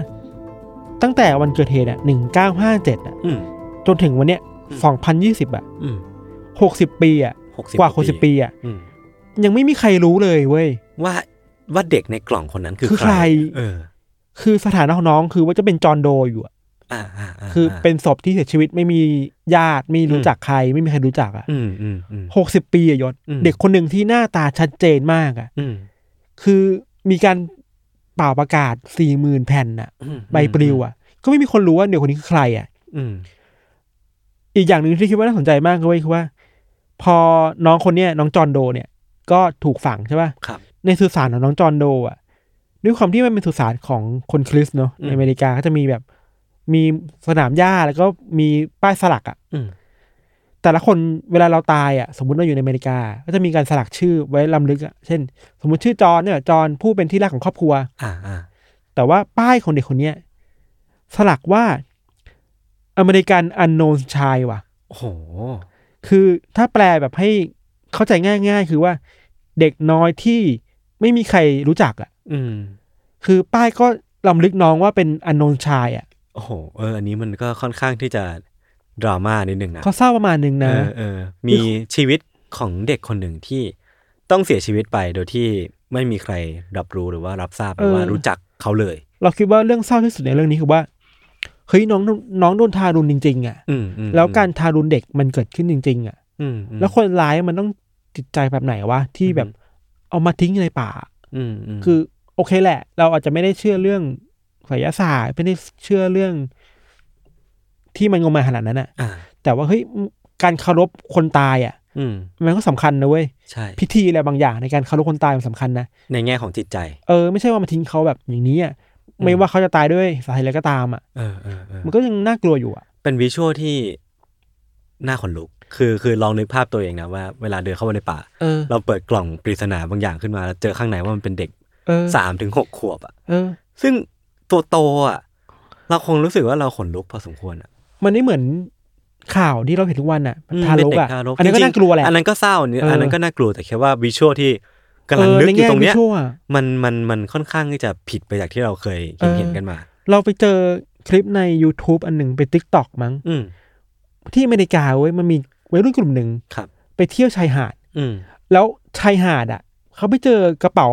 D: ตั้งแต่วันเกิดเหตุอ่ะหนึ่งเก้าห้าเจ็ดอ่ะ
B: อืม
D: จนถึงวันเนี้ย
B: อืม
D: สองพันยี่สิบอ่ะ
B: อืม
D: หกสิบปีอ่ะ
B: หกสิบ
D: กว่าหกสิบปีอ่ะ
B: อืม
D: ยังไม่มีใครรู้เลยเว้ย
B: ว่าว่าเด็กในกล่องคนนั้นคือ
D: คือ
B: ใค
D: ใค
B: ร
D: ร
B: เออ
D: คือสถานะของน้องคือว่าจะเป็นจอห์นโดอยู่อะ
B: อ่าอ่าา
D: คือเป็นศพที่เสียชีวิตไม่มีญาติไม่รู้จักใคร ไม่มีใครรู้จักอ่ะ
B: อืมอืมอืม
D: หกสิบปีอะยศ
B: อืม
D: เด็กคนหนึ่งที่หน้าตาชัดเจนมากอ่ะ
B: อืม
D: คือมีการเป่าประกาศสี่หมื่นแผ่นน่ะ
B: อืม
D: ใบปลิวอ่ะ ก็ไม่มีคนรู้ว่าเด็กคนนี้คือใครอ่ะ
B: อืม
D: อีกอย่างหนึ่งที่คิดว่าน่าสนใจมากก็เว้ยคือว่า พอน้องคนเนี้ยน้องจอห์นโดเนี่ย ก็ถูกฝังใช่ป่ะ
B: ครับ
D: ในสุสานของน้องจอห์นโดอ่ะด้วยความที่มันเป็นสุสานของคนคริสต์เนาะ
B: อืม
D: ในอเมริกาก็จะมีแบบ มีสนามหญ้าแล้วก็มีป้ายสลักอ่ะ
B: อืม
D: แต่ละคนเวลาเราตายอ่ะสมมติเราอยู่ในอเมริกา ก็จะมีการสลักชื่อไว้ลำลึกอ่ะเช่น สมมติชื่อจอห์นเนี่ยจอห์นผู้เป็นที่รักของครอบครัว
B: อ่าอ่า
D: แต่ว่าป้ายของเด็กคนเนี้ยสลักว่าอเมริกันอันโนนชายว่ะ
B: โอ้โห
D: คือถ้าแปลแบบให้เข้าใจง่าย ๆ คือว่าเด็กน้อยที่ไม่มีใครรู้จักอ่ะ
B: อืม
D: คือป้ายก็ลำลึกน้องว่าเป็นอันโนนชายอ่ะ
B: โอ้โหเอออันนี้มันก็ค่อนข้างที่จะดราม่านิดนึงนะ
D: เขาเศร้าประมาณนึงนะ
B: เออเออมีชีวิตของเด็กคนหนึ่งที่ต้องเสียชีวิตไปโดยที่ไม่มีใครรับรู้หรือว่ารับทราบหรือว่า
D: เออ
B: รู้จักเขาเลย
D: เราคิดว่าเรื่องเศร้าที่สุดในเรื่องนี้คือว่าเฮ้ยน้องน้องโดนทารุณจริง ๆ อ่ะ
B: อืมอืม
D: แล้วการทารุณเด็กมันเกิดขึ้นจริง ๆ อ่ะ
B: อืมอืม
D: แล้วคนร้ายมันต้องจิตใจแบบไหนวะที่แบบ
B: อืม
D: เอามาทิ้งในป่า
B: อืมม
D: คือโอเคแหละ เราอาจจะไม่ได้เชื่อเรื่องไสยศาสตร์ไม่ได้เชื่อเรื่อง ที่มันงมงายขนาดนั้นอะ
B: อ่า
D: แต่ว่าเฮ้ยการเคารพคนตายอะ
B: อืม
D: มันก็สำคัญนะเว้ย
B: ใช่
D: พิธีอะไรบางอย่างในการเคารพคนตายมันสำคัญนะ
B: ในแง่ของจิตใจ
D: เออไม่ใช่ว่ามาทิ้งเขาแบบอย่างนี้อะไม่
B: อืม
D: ว่าเขาจะตายด้วยสาเหตุอะไรก็ตามอะ
B: เออเออเออ
D: มันก็ยังน่ากลัวอยู่อะ
B: เป็นวิชวลที่น่าขนลุก คือคือลองนึกภาพตัวเองนะว่าเวลาเดินเข้าไปในป่า
D: เออ
B: เราเปิดกล่องปริศนาบางอย่างขึ้นมาแล้วเจอข้างในว่ามันเป็นเด็ก
D: เออ
B: สามถึงหกขวบอ่ะ
D: เออ
B: ซึ่งตัวโตอ่ะ เราคงรู้สึกว่าเราขนลุกพอสมควรอะ
D: มันไม่เหมือนข่าวที่เราเห็นทุกวันอะ
B: อืม
D: ทารก
B: เป็นเด็
D: อะ
B: ทาร
D: อันนี้
B: จ
D: ก็
B: ริงๆ
D: น่ากลัวแหละ
B: อันนั้นก็เศร้าเนี่ย
D: เอออั
B: อันนั้นก็น่ากลัวแต่แค่ว่าวิชวลที่กำลังนึกอยู่ตรงเนี้ย
D: ใแวิชวลอะ
B: มันมันมันค่อนข้างที่จะผิดไปจากที่เราเคยเห็น
D: เออ
B: เห็นกันมา
D: เราไปเจอคลิปใน YouTube อันหนึ่งเป็น TikTok มั้ง
B: อืม
D: ที่อเมริกาเว้ยมันมีวัยรุ่นกลุ่มหนึ่ง
B: ครับ
D: ไปเที่ยวชายหาด
B: อืม
D: แล้วชายหาดอ่ะ เขาไปเจอกระเป๋า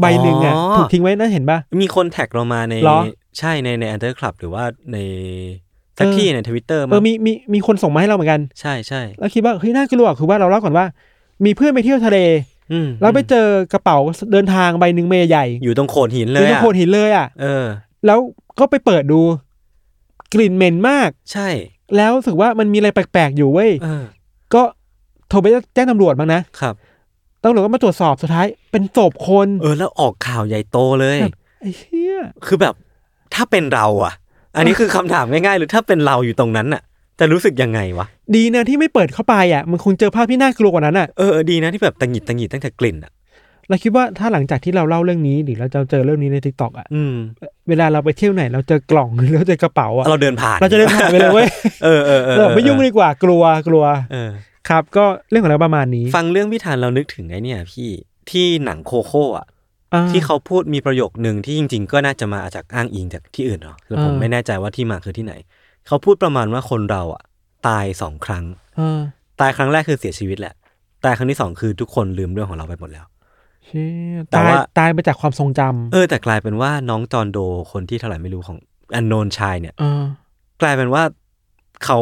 D: ใบหนึ่งอ่ะ
B: อ๋อ
D: ถูกทิ้งไว้นั่นเห็นปะ
B: มีคนแท็กเรามาใน
D: เหรอ
B: ใช่ในในอันเดอร์คลับหรือว่าในทักที่
D: เออ
B: ในทวิตเตอร์
D: เออมีมีมีคนส่งมาให้เราเหมือนกัน
B: ใช่ใช่
D: แล้วคิดว่าเฮ้ยน่ากลัวคือว่าเราเล่าก่อนว่า มีเพื่อนไปเที่ยวทะเล
B: อืม
D: แล้วไปเจอกระเป๋าเดินทางใบหนึ่งเมย์ใหญ่
B: อยู่ตรงโขดหินเล
D: อย ยู่ตรง
B: อะ
D: โขดหินเลยอ่ะ
B: เออ
D: แล้วก็ไปเปิดดู กลิ่นเหม็นมาก
B: ใช่
D: แล้วรู้สึกว่ามันมีอะไรแปลกๆอยู่เว้ย
B: เออ
D: ก็โทรไปแจ้งตำรวจมั้งนะ
B: ครับ
D: ตำรวจก็มาตรวจสอบสุดท้ายเป็นศพคน
B: เออแล้วออกข่าวใหญ่โตเลย
D: แบบ ไอ้เหี้ย
B: คือแบบถ้าเป็นเราอ่ะ อันนี้คือคำถามง่ายๆ หรือถ้าเป็นเราอยู่ตรงนั้นอ่ะจะรู้สึกยังไงวะ
D: ดีนะที่ไม่เปิดเข้าไปอ่ะ มันคงเจอภาพที่น่ากลัวกว่านั้นอ่ะ
B: เออเออดีนะที่แบบตังหงิดตังหงิดตั้งแต่กลิ่นอ่ะ
D: เราคิดว่าถ้าหลังจากที่เราเล่าเรื่องนี้หรือเราจะเจอเรื่องนี้ในทิกตอกอ่ะ
B: อืม
D: เวลาเราไปเที่ยวไหน เราเจอกล่องหรือเราเจอกระเป๋า
B: *laughs*
D: อ่ะ
B: เราเดินผ่าน
D: เราจะเดินผ่านไปเลยเว้ย
B: เออเออเออ
D: เราไม่ยุ่งดีกว่ากลัวกลัว
B: เออ
D: ครับ ก็เรื่องของเราประมาณนี้
B: ฟังเรื่องพิธานเรานึกถึงไอ้เนี่ยพี่ที่หนังโคโค่อ่ะ
D: อ่
B: ที่เขาพูดมีประโยคหนึ่งที่จริง ๆ ก็น่าจะมาจากอ้างอิงจากที่อื่นเนาะแล้วผมไม่แน่ใจว่าที่มาคือที่ไหน เขาพูดประมาณว่าคนเราอ่ะ ตายสองครั้ง
D: เออ
B: ตายครั้งแรกคือเสียชีวิตแหละ ตายครั้งที่สองคือทุกคนลืมเรื่องของเราไปหมดแล้ว
D: เชี่ย
B: แต่
D: ตาย
B: ว่า
D: ตายไปจากความทรงจ
B: เออแต่กลายเป็นว่าน้องจอนโดคนที่เท่าไหร่ไม่รู้ของอันโนนชายเนี่ย
D: ำเออก
B: ลายเป็นว่าเขา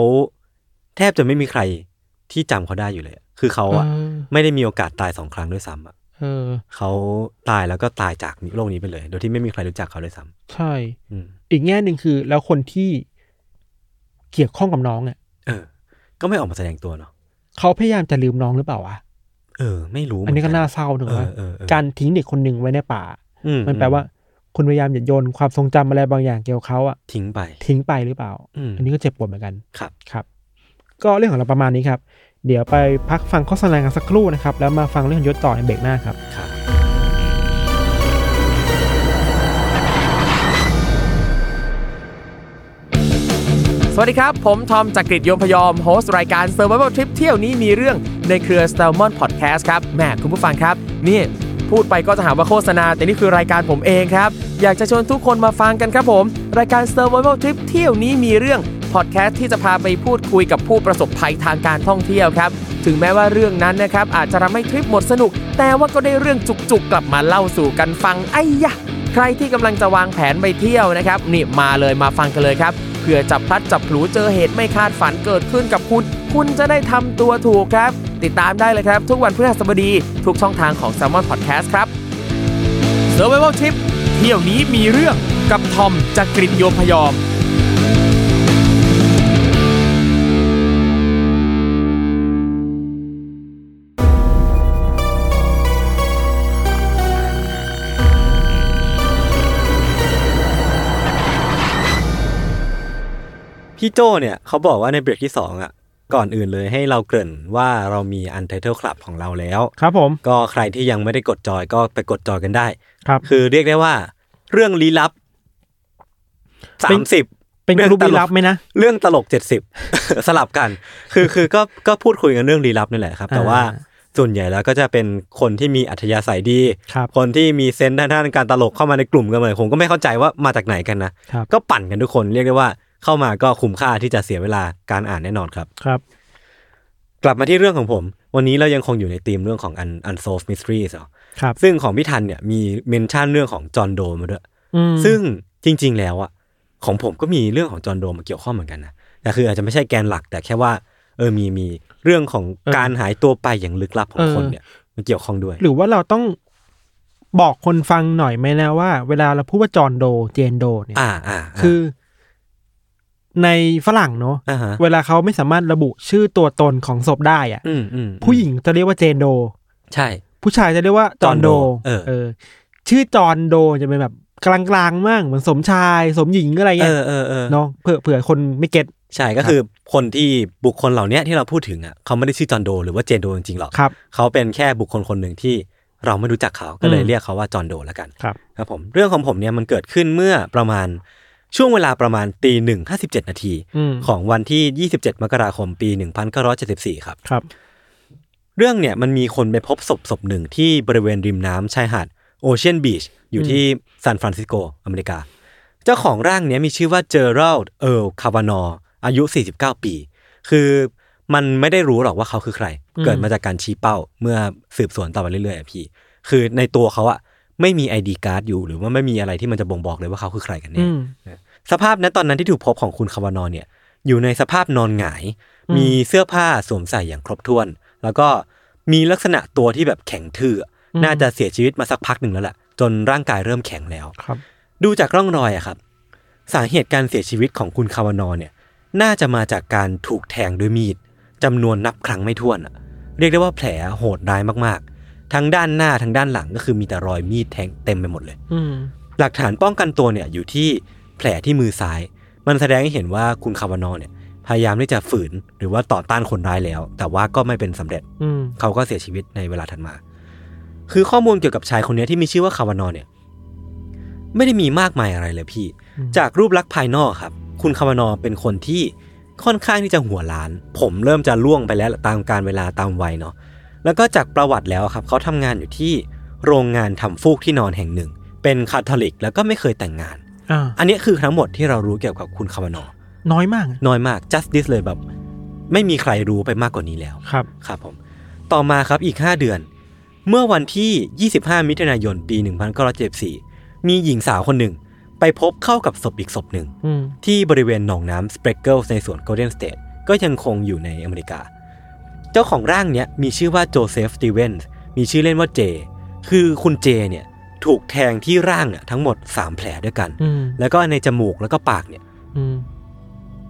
B: แทบจะไม่มีใครที่จำเขาได้อยู่เลยอะคือเขาอะ
D: เออ
B: ไม่ได้มีโอกาสตายสองครั้งด้วยซ้ำอะ
D: เออ
B: เขาตายแล้วก็ตายจากโลกนี้ไปเลย โดยที่ไม่มีใครรู้จักเขาด้วยซ้
D: ใช่
B: ำอืม
D: อีกแง่หนึ่งคือ แล้วคนที่เกี่ยวข้องกับน้องอ่ะ
B: เออ ก็ไม่ออกมาแสดงตัวเนาะ
D: เขาพยายามจะลืมน้องหรือเปล่าวะ
B: เออ ไม่รู้
D: อันนี้ก็
B: เหมื
D: น่าเศร้าหนึ่ง
B: เอ
D: ว่า
B: อเออเออ
D: การทิ้งเด็กคนหนึ่งไว้ในป่า
B: อื
D: มันแปลว่า คุณพยายามจะโยนความทรงจำอะไรบางอย่างเกี่ยวกับเขาอะ
B: ทิ้งไป
D: ทิ้งไปหรือเปล่า
B: อืม
D: อันนี้ก็เจ็บปวดเหมือนกัน
B: ครับ
D: ครับ ก็เรื่องของเราประมาณนี้ครับ เดี๋ยวไปพักฟังโฆษณากันสักครู่นะครับ แล้วมาฟังเรื่องยศต่อในเบรกหน้าครับ
B: ครับ
E: สวัสดีครับ ผม ทอมจากกรีฑยมพยอม โฮสต์รายการ Survival Trip เที่ยวนี้มีเรื่องในเครือ s t a l m o n Podcast ครับแหม่คุณผู้ฟังครับ นี่ พูดไปก็จะหาว่าโฆษณา แต่นี่คือรายการผมเองครับ อยากจะชวนทุกคนมาฟังกันครับผม รายการ Survival Trip เที่ยวนี้มีเรื่องพอดแคสต์ที่จะพาไปพูดคุยกับผู้ประสบภัยทางการท่องเที่ยวครับ ถึงแม้ว่าเรื่องนั้นนะครับอาจจะทำให้ทริปหมดสนุก แต่ว่าก็ได้เรื่องจุกๆ กลับมาเล่าสู่กันฟังไอ้ยะ ใครที่กำลังจะวางแผนไปเที่ยวนะครับนี่มาเลยมาฟังกันเลยครับเผื่อจับพลัดจับผลูเจอเหตุไม่คาดฝันเกิดขึ้นกับคุณ คุณจะได้ทำตัวถูกครับ ติดตามได้เลยครับ ทุกวันพฤหัสบดี ทุกช่องทางของ s ซ l m o n Podcast ครับ s u r v i v a l Trip เที่ยวนี้มีเรื่องกับทอมจากกริฑโยมพยอม
B: พี่โจเนี่ยเขาบอกว่าในเบรกที่ 2 อ่ะ ก่อนอื่นเลยให้เราเกริ่นว่าเรามี Untitled Club ของเราแล้ว
D: ครับผม
B: ก็ใครที่ยังไม่ได้กดจอยก็ไปกดจอยกันได้
D: ครับ
B: คือเรียกได้ว่า เรื่องลี้ลับสา
D: เป็น
B: มสิบ
D: เป็น
B: เรื่อกง
D: รุ๊ป
B: ตลก
D: ลี้ลับไหมนะ
B: เรื่องตลกเจ็ดสิบ *laughs* สลับกัน คือคือก็ก็พูดคุยกันเรื่องลี้ลับนี่แหละครับ แต่
D: อ่า
B: ว่าส่วนใหญ่แล้วก็จะเป็นคนที่มีอัธยาศัยดี
D: ครับ
B: คนที่มีเซนส์ด้านด้านการตลกเข้ามาในกลุ่มกันเลยผมก็ไม่เข้าใจว่ามาจากไหนกันนะ
D: ครับ
B: ก็ปั่นกันทุกคนเรียกได้ว่าเข้ามาก็คุ้มค่าที่จะเสียเวลาการอ่านแน่นอนครับ
D: ครับ
B: กลับมาที่เรื่องของผม วันนี้เรายังคงอยู่ในธีมเรื่องของ Un- unsolved mysteries เหรอ
D: ครับ
B: ซึ่งของพี่ทันเนี่ยมีเมนชั่นเรื่องของจอห์นโดมาด้วย
D: อืม
B: ซึ่งจริง ๆ แล้วอะของผมก็มีเรื่องของจอห์นโดมาเกี่ยวข้องเหมือนกันนะแต่คืออาจจะไม่ใช่แกนหลัก แต่แค่ว่า เออมีมีเรื่องของการหายตัวไปอย่างลึกลับของคนเนี่ยมันเกี่ยวข้องด้วย
D: หรือว่าเราต้องบอกคนฟังหน่อยไหมนะว่า เวลาเราพูดว่าจอนโด เจนโดเนี่ย
B: อ่าอ่าา
D: คือ ในฝรั่งเนอะ
B: อ่าฮะ
D: เวลาเขาไม่สามารถระบุชื่อตัวตนของศพได้อะ
B: อืมอืม
D: ผู้หญิงจะเรียกว่าเจนโด
B: ใช่
D: ผู้ชายจะเรียกว่าจอนโด
B: จอนโดเออ
D: เออ ชื่อจอนโดจะเป็นแบบกลางๆมากเหมือนสมชาย สมหญิงอะไร
B: เอ
D: เงี้ย
B: อเออเออ
D: เนอะเผื่อเผื่อคนไม่เก็ต
B: ใช่ก็คือคนที่บุคคลเหล่าเนี้ยที่เราพูดถึงอ่ะเขาไม่ได้ชื่อจอห์นโด หรือว่าเจนโดจริงๆหรอก
D: ครับ
B: เขาเป็นแค่บุคคลคนหนึ่งที่เราไม่รู้จักเขาก็เลย
D: อืม
B: เรียกเขาว่าจอห์นโดแล้วกัน
D: ครับ
B: ครับผมเรื่องของผมเนี่ยมันเกิดขึ้นเมื่อประมาณช่วงเวลาประมาณตีหนึ่งห้าสิบเจ็ดนาที
D: อืม
B: ของวันที่ 27 มกราคมปี 1974 ครับ
D: ครับ
B: เรื่องเนี่ยมันมีคนไปพบศพศพหนึ่งที่บริเวณริมน้ำชายหาดโอเชียนบีชอยู่ที่ซานฟรานซิสโกอเมริกา เจ้าของร่างเนี้ยมีชื่อว่าเจอรัลด์เอร์ลคาวานออายุ 49 ปี คือมันไม่ได้รู้หรอกว่าเขาคือใคร
D: อืม
B: เกิดมาจากการชี้เป้าเมื่อสืบสวนต่อไปเรื่อยๆอะพี่ คือในตัวเขาอะไม่มี ID การ์ดอยู่ หรือว่าไม่มีอะไรที่มันจะบ่งบอกเลยว่าเขาคือใครกันแน่
D: อืม
B: สภาพนั้นตอนนั้นที่ถูกพบของคุณคาวานอนเนี่ย อยู่ในสภาพนอนหงาย
D: อืม
B: มีเสื้อผ้าสวมใส่อย่างครบถ้วน แล้วก็มีลักษณะตัวที่แบบแข็งทื่ออะน่าจะเสียชีวิตมาสักพักหนึ่งแล้วแหละจนร่างกายเริ่มแข็งแล้ว
D: ครับ
B: ดูจากร่องรอยอะครับ สาเหตุการเสียชีวิตของคุณคาวานอนเนี่ย น่าจะมาจากการถูกแทงด้วยมีดจำนวนนับครั้งไม่ถ้วนอะเรียกได้ว่าแผลโหดร้ายมากๆ ทั้งด้านหน้าทั้งด้านหลังก็คือมีแต่รอยมีดแทงเต็มไปหมดเลย
D: อืม
B: หลักฐานป้องกันตัวเนี่ยอยู่ที่แผลที่มือซ้าย มันแสดงให้เห็นว่าคุณคาวานอเนี่ยพยายามที่จะฝืนหรือว่าต่อต้านคนร้ายแล้ว แต่ว่าก็ไม่เป็นสำเร็จ
D: อืม
B: เขาก็เสียชีวิตในเวลาถัดมา คือข้อมูลเกี่ยวกับชายคนเนี้ยที่มีชื่อว่าคาวานอเนี่ย ไม่ได้มีมากมายอะไรเลยพี่
D: อืม
B: จากรูปลักษณ์ภายนอกครับ คุณคาวานอเป็นคนที่ค่อนข้างที่จะหัวล้าน ผมเริ่มจะล่วงไปแล้วตามการเวลาตามวัยเนาะ แล้วก็จากประวัติแล้วครับ เขาทำงานอยู่ที่โรงงานทำฟูกที่นอนแห่งหนึ่ง เป็นคาทอลิก แล้วก็ไม่เคยแต่งงาน
D: อ่า
B: อันนี้คือทั้งหมดที่เรารู้เกี่ยวกับคุณคาวานอ
D: น้อยมากอะ
B: น้อยมาก just this เลยแบบ ไม่มีใครรู้ไปมากกว่านี้แล้ว
D: ครับ
B: ครับผม ต่อมาครับอีก 5 เดือน เมื่อวันที่ 25 มิถุนายน ปี 1974 มีหญิงสาวคนหนึ่ง ไปพบเข้ากับศพอีกศพหนึ่ง
D: อืม
B: ที่บริเวณหนองน้ำสเปรเกิลในสวนโกลเด้นสเตทก็ยังคงอยู่ในอเมริกา เจ้าของร่างเนี้ยมีชื่อว่าโจเซฟสตีเวนส์มีชื่อเล่นว่าเจ คือคุณเจเนี่ยถูกแทงที่ร่างอ่ะทั้งหมด 3 แผลด้วยกัน
D: อืม
B: แล้วก็ในจมูกแล้วก็ปากเนี่ย
D: อืม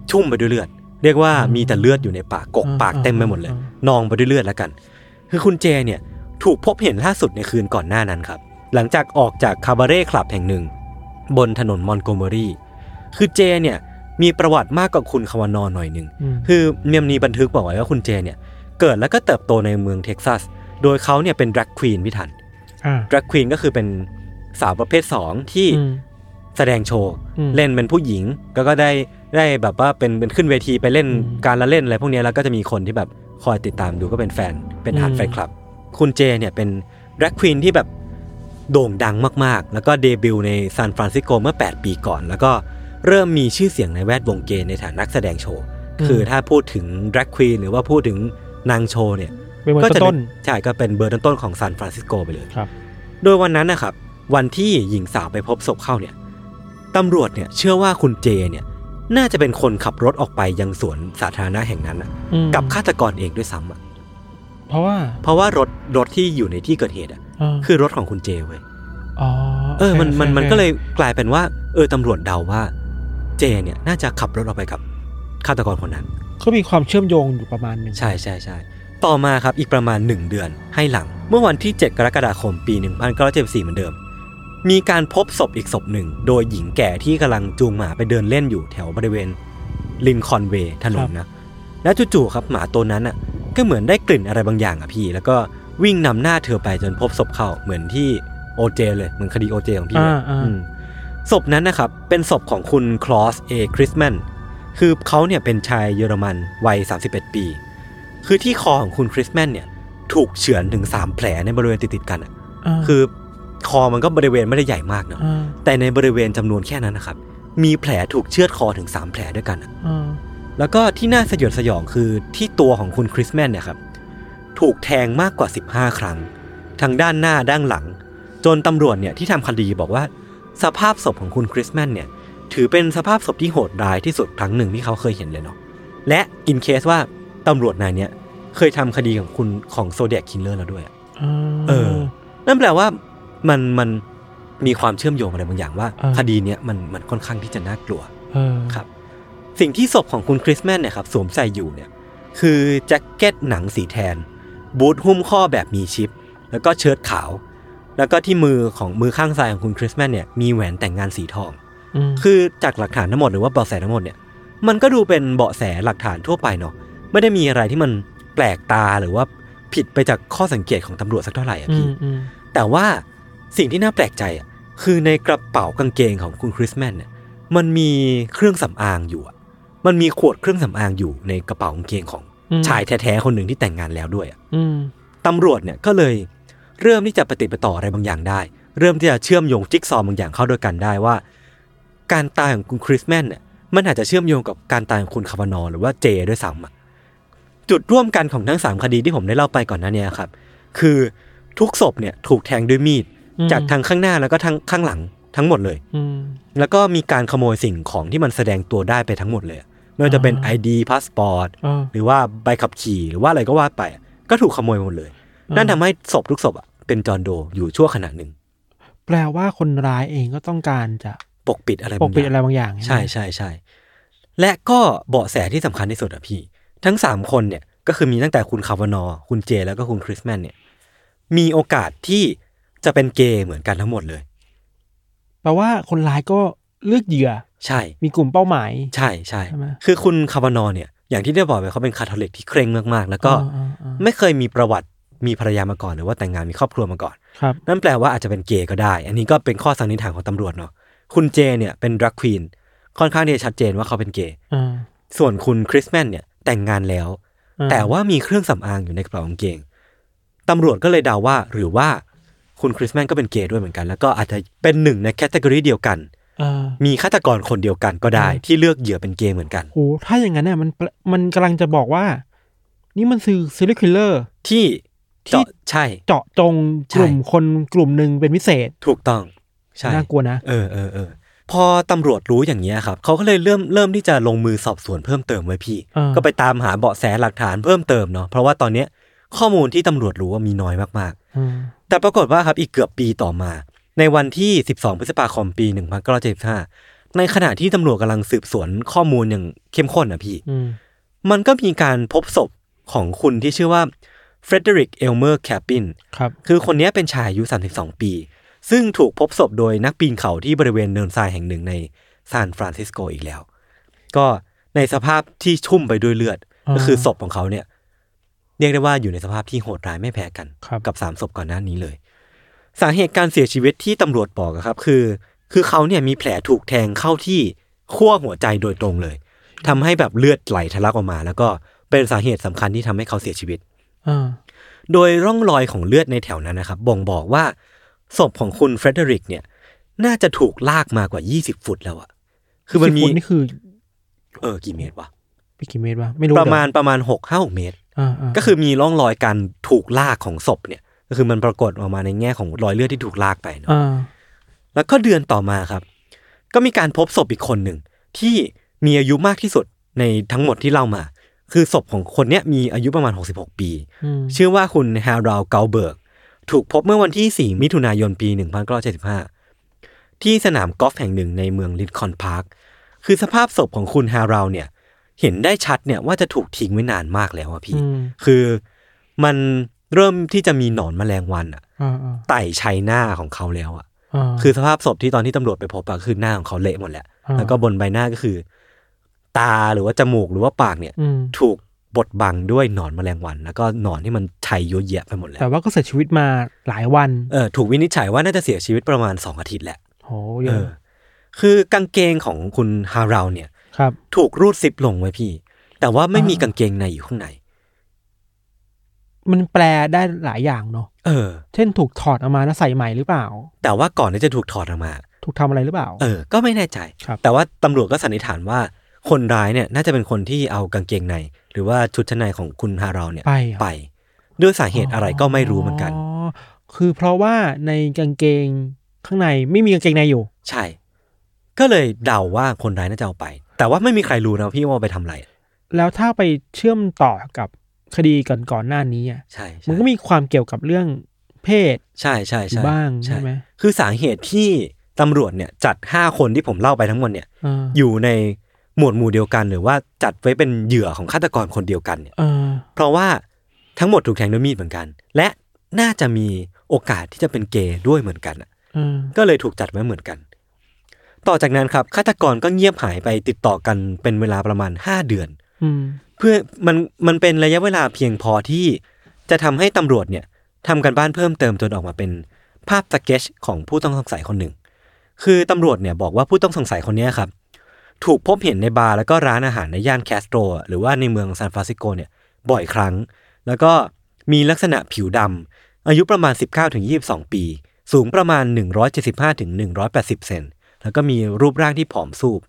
B: ชุ่มไปด้วยเลือด เรียกว่ามีแต่เลือดอยู่ในปากกก
D: อ่า
B: ปากเต็มไปหมดเลย
D: อ่า
B: นองไปด้วยเลือดแล้วกัน คือคุณเจเนี่ยถูกพบเห็นล่าสุดในคืนก่อนหน้านั้นครับ หลังจากออกจากคาบาเร่คลับแห่งหนึ่ง บนถนนมอนโกเมอรี่ คือเจเนี่ยมีประวัติมากกว่าคุณคาวานอนหน่อยหนึ่ง
D: อืม
B: คือเมียมนีบันทึกบอกไว้ว่าคุณเจเนี่ยเกิดแล้วก็เติบโตในเมืองเท็กซัส โดยเขาเนี่ยเป็นดรักควีนพี่ทัน
D: อ่า
B: ดรักควีนก็คือเป็นสาวประเภทสองที่
D: อืม
B: แสดงโชว์
D: อืม
B: เล่นเป็นผู้หญิงก็ก็ได้ได้แบบว่าเป็นเป็นขึ้นเวทีไปเล่น
D: อืม
B: การละเล่นอะไรพวกเนี้ยแล้วก็จะมีคนที่แบบคอยติดตามดูก็เป็นแฟนเป็นอาหาร
D: อืม
B: แฟนคลับ คุณเจเนี่ยเป็นดรักควีนที่แบบ โด่งดังมากๆ แล้วก็เดบิวต์ในซานฟรานซิสโกเมื่อ 8 ปีก่อน แล้วก็เริ่มมีชื่อเสียงในแวดวงเกย์ในฐานะนักแสดงโชว์ คือถ้าพูดถึง drag queen หรือว่าพูดถึงนางโชว์เนี่ย
D: เป็นเมือ
B: ก็
D: ง
B: จะ
D: ต้น
B: ใช่ก็เป็นเบอร์ต้นๆของซานฟรานซิสโกไปเลย
D: ครับ
B: โดยวันนั้นนะครับ วันที่หญิงสาวไปพบศพเข้าเนี่ยตำรวจเนี่ยเชื่อว่าคุณเจเนี่ย น่าจะเป็นคนขับรถออกไปยังสวนสาธารณะแห่งนั้นน่ะ
D: ๆอืม
B: กับฆาตกรเองด้วยซ้ำอะ
D: เพราะว่า
B: เพราะว่ารถรถที่อยู่ในที่เกิดเหตุอ่ะ
D: า
B: คือรถของคุณเจเว้ย
D: อ๋อ
B: เออ มัน
D: โค
B: มัน
D: โค
B: มันก็เลยกลายเป็นว่า เออตำรวจเดาว่า เจเนี่ยน่าจะขับรถออกไปกับฆาตกรคนนั้น
D: ก็มีความเชื่อมโยงอยู่ประมาณหนึ่ง
B: ใช่ใช่ใช่ต่อมาครับอีกประมาณ 1 เดือนให้หลัง เมื่อวันที่ 7 กรกฎาคมปี 1974เหมือนเดิม มีการพบศพอีกศพหนึ่ง โดยหญิงแก่ที่กำลังจูงหมาไปเดินเล่นอยู่แถวบริเวณริมคอนเวย์ถนนนะ แล้วจู่ๆครับหมาตัวนั้นอ่ะ ก็เหมือนได้กลิ่นอะไรบางอย่างอ่ะพี่ แล้วก็วิ่งนำหน้าเธอไปจนพบศพเข้าเหมือนที่โอเจเลยเหมือนคดีโอเจของพี่เลย
D: อ่าอ่า
B: อืมศพนั้นนะครับเป็นศพของคุณคลอสเอคริสแมนคือเขาเนี่ยเป็นชายเยอรมันวัย 31 ปี คือที่คอของคุณคริสแมนเนี่ย ถูกเฉือนถึง 3 แผลในบริเวณติดๆกันอ่ะ
D: า
B: คือคอมันก็บริเวณไม่ได้ใหญ่มากเนาะ
D: า
B: แต่ในบริเวณจำนวนแค่นั้นนะครับมีแผลถูกเชือดคอถึง 3 แผลด้วยกันอะ
D: อ่า
B: แล้วก็ที่น่าสยดสยองคือที่ตัวของคุณคริสแมนเนี่ยครับถูกแทงมากกว่า 15 ครั้ง ทางด้านหน้าด้านหลัง จนตำรวจเนี่ยที่ทำคดีบอกว่า สภาพศพของคุณคริสแมนเนี่ยถือเป็นสภาพศพที่โหดร้ายที่สุดครั้งหนึ่งที่เขาเคยเห็นเลยเนาะและอินเคสว่าตำรวจนายเนี่ยเคยทำคดีของคุณของโซเดียคินเลอร์แล้วด้วยอะ
D: อ่า
B: เออ นั่นแปลว่ามันมันมีความเชื่อมโยงอะไรบางอย่างว่า
D: เออ
B: คดีเนี้ยมันมันค่อนข้างที่จะน่ากลัว
D: เออ
B: ครับ สิ่งที่ศพของคุณคริสแมนเนี่ยครับสวมใส่อยู่เนี่ยคือแจ็คเก็ตหนังสีแทน บูทหุ้มข้อแบบมีชิป แล้วก็เชิ้ตขาว แล้วก็ที่มือของมือข้างซ้ายของคุณคริสแมนเนี่ยมีแหวนแต่งงานสีทอง
D: อืม
B: คือจากหลักฐานทั้งหมดหรือว่าเบาะแสทั้งหมดเนี่ยมันก็ดูเป็นเบาะแสหลักฐานทั่วไปเนาะไม่ได้มีอะไรที่มันแปลกตาหรือว่าผิดไปจากข้อสังเกตของตำรวจสักเท่าไหร่อะ
D: อื
B: พี่
D: มอืม
B: แต่ว่าสิ่งที่น่าแปลกใจอ่ะคือในกระเป๋ากางเกงของคุณคริสแมนเนี่ยมันมีเครื่องสำอางอยู่อะมันมีขวดเครื่องสำอางอยู่ในกระเป๋ากางเกงของ
D: อืม
B: ชายแท้ๆคนหนึ่งที่แต่งงานแล้วด้วยอะ
D: อืม
B: ตำรวจเนี่ยก็เลยเริ่มที่จะปฏิดประต่ออะไรบางอย่างได้ เริ่มที่จะเชื่อมโยงจิ๊กซอว์บางอย่างเข้าด้วยกันได้ว่า การตายของคุณคริสแมนเนี่ยมันอาจจะเชื่อมโยงกับการตายของคุณคาวานอร์หรือว่าเจด้วยซ้ำอะจุดร่วมกันของทั้งสามคดีที่ผมได้เล่าไปก่อนหน้านี้ครับคือทุกศพเนี่ยถูกแทงด้วยมีด
D: อืม
B: จากทางข้างหน้าแล้วก็ทางข้างหลังทั้งหมดเลย
D: อืม
B: แล้วก็มีการขโมยสิ่งของที่มันแสดงตัวได้ไปทั้งหมดเลย ไม่ว่าจะเป็น
D: อ่า
B: ID พาสปอร์ต
D: เออ
B: หรือว่าใบขับขี่หรือว่าอะไรก็ว่าไป ก็ถูกขโมยหมดเลย
D: อ่านั่
B: นั่นทำให้ศพทุกศพอะเป็นจอร์นโดอยู่ชั่วขณะหนึ่ง
D: แปลว่าคนร้ายเองก็ต้องการจะ
B: ปกปิดอะไร
D: ป
B: บาก ง
D: ปิด
B: อ
D: อะไร
B: ย่าง
D: บางอย่าง
B: ใช่
D: ไหม
B: ใช่ใช่และก็เบาะแสที่สำคัญที่สุดอะพี่ ทั้งสามคนเนี่ยก็คือมีตั้งแต่คุณคาวานอร์คุณเจ แล้วก็คุณคริสแมนเนี่ยมีโอกาสที่จะเป็นเกย์เหมือนกันทั้งหมดเลย
D: แปลว่าคนร้ายก็เลือกเหยื่อ
B: ใช่
D: มีกลุ่มเป้าหมาย
B: ใช่ใช่
D: ใช่ไหม
B: คือคุณคาวานอร์เนี่ย อย่างที่ได้บอกไปเขาเป็นคาทอลิกที่เคร่งมาก ๆ แล้วก็
D: อ่าอ่าอ่า
B: ไม่เคยมีประวัติมีภรรยามาก่อน หรือว่าแต่งงานมีครอบครัวมาก่อน
D: ครับ
B: นั่นแปลว่าอาจจะเป็นเกย์ก็ได้ อันนี้ก็เป็นข้อสันนิษฐานของตำรวจเนาะ คุณเจเนี่ยเป็นดรักควีน ค่อนข้างที่จะชัดเจนว่าเขาเป็นเกย์
D: อ่า
B: ส่วนคุณคริสแมนเนี่ยแต่งงานแล้ว
D: อ่า
B: แต่ว่ามีเครื่องสำอางอยู่ในกระเป๋ากางเกงตำรวจก็เลยเดาว่าหรือว่าคุณคริสแมนก็เป็นเกย์ด้วยเหมือนกัน แล้วก็อาจจะเป็นหนึ่งในแคตตากรีเดียวกัน
D: อ่า
B: มีฆาตกรคนเดียวกันก็ได้ ที่เลือกเหยื่อเป็นเกย์เหมือนกัน
D: โหถ้าอย่างนั้นเนี่ยมันแปลมันกำลังจะบอกว่า นี่มันคือซีรีส์คิลเลอร์
B: ที่
D: ที่
B: เจาะใช่
D: เจาะจง
B: ใช่
D: กลุ่มคนกลุ่มหนึ่งเป็นพิเศษ
B: ถูกต้อง ใช่
D: น่ากลัวนะ
B: เออเออเออพอตำรวจรู้อย่างนี้ยครับเขาก็เลยเริ่มเริ่มที่จะลงมือสอบสวนเพิ่มเติมไว้พี่
D: อ่า
B: ก็ไปตามหาเบาะแสหลักฐานเพิ่มเติมเนาะเพราะว่าตอนเนี้ยข้อมูลที่ตำรวจรู้ว่ามีน้อยมาก
D: อืม
B: ๆ แต่ปรากฏว่าครับอีกเกือบปีต่อมา ในวันที่ 12 พฤษภาคมปี 1975 ในขณะที่ตำรวจกำลังสืบสวนข้อมูลอย่างเข้มข้นนะพี่
D: อืม
B: มันก็มีการพบศพของคุณที่ชื่อว่าเฟรเดริกเอลเมอร์แคปปิน
D: ครับ
B: คือคนเนี้ยเป็นชายอายุ 32 ปี ซึ่งถูกพบศพโดยนักปีนเขาที่บริเวณเนินทรายแห่งหนึ่งในซานฟรานซิสโกอีกแล้ว ก็ในสภาพที่ชุ่มไปด้วยเลือด ก็คือศพของเขาเนี่ย เรียกได้ว่าอยู่ในสภาพที่โหดร้ายไม่แพ้กัน
D: ครับ
B: กับสามศพก่อนหน้านี้เลย สาเหตุการเสียชีวิตที่ตำรวจบอกอะครับ คือ คือเขาเนี่ยมีแผลถูกแทงเข้าที่ขั้วหัวใจโดยตรงเลยทำให้แบบเลือดไหลทะลักออกมา แล้วก็เป็นสาเหตุสำคัญที่ทำให้เขาเสียชีวิต
D: อ่า
B: โดยร่องรอยของเลือดในแถวนั้นนะครับบ่งบอกว่า ศพของคุณเฟรเดริกเนี่ย น่าจะถูกลากมากว่า 20 ฟุตแล้วอะคือมันมี
D: สิบฟุตนี่คือ
B: เออ กี่เมตรวะ
D: ไปกี่เมตรวะไม่รู้
B: ประมาณประมาณหกห้าหกเมตร ก็
D: ก็คือ
B: คือมีร่องรอยการถูกลากของศพเนี่ย ก็คือมันปรากฏออกมาในแง่ของรอยเลือดที่ถูกลากไปเนาะ
D: อ่า
B: แล้วก็เดือนต่อมาครับ ก็มีการพบศพอีกคนหนึ่ง ที่มีอายุมากที่สุดในทั้งหมดที่เล่ามา คือศพของคนเนี้ยมีอายุประมาณ 66 ปี
D: อืม
B: ชื่อว่าคุณฮาราวเกาเบิร์ก ถูกพบเมื่อวันที่ 4 มิถุนายนปี 1975 ที่สนามกอล์ฟแห่งหนึ่งในเมืองลินคอล์นพาร์ค คือสภาพศพของคุณฮาราวเนี่ย เห็นได้ชัดเนี่ยว่าจะถูกทิ้งไว้นานมากแล้วอะพี่
D: อืม
B: คือมันเริ่มที่จะมีหนอนแมลงวันอะ
D: อ่าอ่า
B: ไต่ชัยหน้าของเขาแล้วอะ
D: อ่า
B: คือสภาพศพที่ตอนที่ตำรวจไปพบอะคือหน้าของเขาเละหมดแล้ว
D: อ่า
B: แล้วก็บนใบหน้าก็คือ ตาหรือว่าจมูกหรือว่าปากเนี่ย
D: ม
B: ถูกบดบังด้วยหนอนแมลงวัน แล้วก็หนอนที่มันชัยเยอะแยะไปหมดแล้
D: แต่
B: ว
D: ว่าก็เสียชีวิตมาหลายวัน
B: เออถูกวินิจฉัยว่าน่าจะเสียชีวิตประมาณสองอาทิตย์แหละ
D: โหเย
B: เออ
D: อะ
B: คือกางเกงของคุณฮาราวเนี่ย
D: ครับ
B: ถูกรูดซิปลงไว้พี่ แต่ว่าไม่มี
D: อ่า
B: กางเกงในอยู่ข้างใน
D: มันแปลได้หลายอย่างเนาะ
B: เออ
D: เช่นถูกถอดออกมาแล้วใส่ใหม่หรือเปล่า
B: แต่ว่าก่อนที่จะถูกถอดออกมา
D: ถูกทำอะไรหรือเปล่า
B: เออ ก็ไม่แน่ใจ
D: ครับ
B: แต่ว่าตำรวจก็สันนิษฐานว่าคนร้ายเนี่ยน่าจะเป็นคนที่เอากางเกงใน หรือว่าชุดชั้นในของคุณฮาราวเนี่ย
D: ไปเหรอ
B: ไป ด้วยสาเหตุอะไรก็ไม่รู้เหมือนกัน
D: อ๋อ คือเพราะว่าในกางเกงข้างในไม่มีกางเกงในอยู่
B: ใช่ ก็เลยเดาว่าคนร้ายน่าจะเอาไป แต่ว่าไม่มีใครรู้นะพี่ว่าเอาไปทำอะไร
D: แล้วถ้าไปเชื่อมต่อกับคดีก่อนก่อนๆหน้านี้อ่ะ
B: ใช่ใช่
D: มันก็มีความเกี่ยวกับเรื่องเพศ
B: ใช่ใช่
D: อยู่
B: ใช่
D: บ้างใช่ไหม
B: คือสาเหตุที่ตำรวจเนี่ยจัดห้าคนที่ผมเล่าไปทั้งหมดเนี่ย
D: เออ
B: อยู่ในหมวดหมู่เดียวกัน หรือว่าจัดไว้เป็นเหยื่อของฆาตกรคนเดียวกันเนี่ย
D: เออ
B: เพราะว่าทั้งหมดถูกแทงด้วยมีดเหมือนกัน และน่าจะมีโอกาสที่จะเป็นเกย์ด้วยเหมือนกันอะ
D: เออ
B: ก็เลยถูกจัดไว้เหมือนกัน ต่อจากนั้นครับฆาตกรก็เงียบหายไปติดต่อกันเป็นเวลาประมาณ 5 เดือน
D: อืม
B: เพื่อมันมันเป็นระยะเวลาเพียงพอที่จะทำให้ตำรวจเนี่ยทำกันบ้านเพิ่มเติมจนออกมาเป็นภาพสเก็ตชของผู้ต้องสงสัยคนหนึ่ง คือตำรวจเนี่ยบอกว่าผู้ต้องสงสัยคนเนี้ยครับ ถูกพบเห็นในบาร์แล้วก็ร้านอาหารในย่านแคสโตรหรือว่าในเมืองซานฟรานซิสโกเนี่ยบ่อยครั้ง แล้วก็มีลักษณะผิวดำอายุประมาณ 19-22 ปี สูงประมาณ 175-180 เซนแล้วก็มีรูปร่างที่ผอมซูบ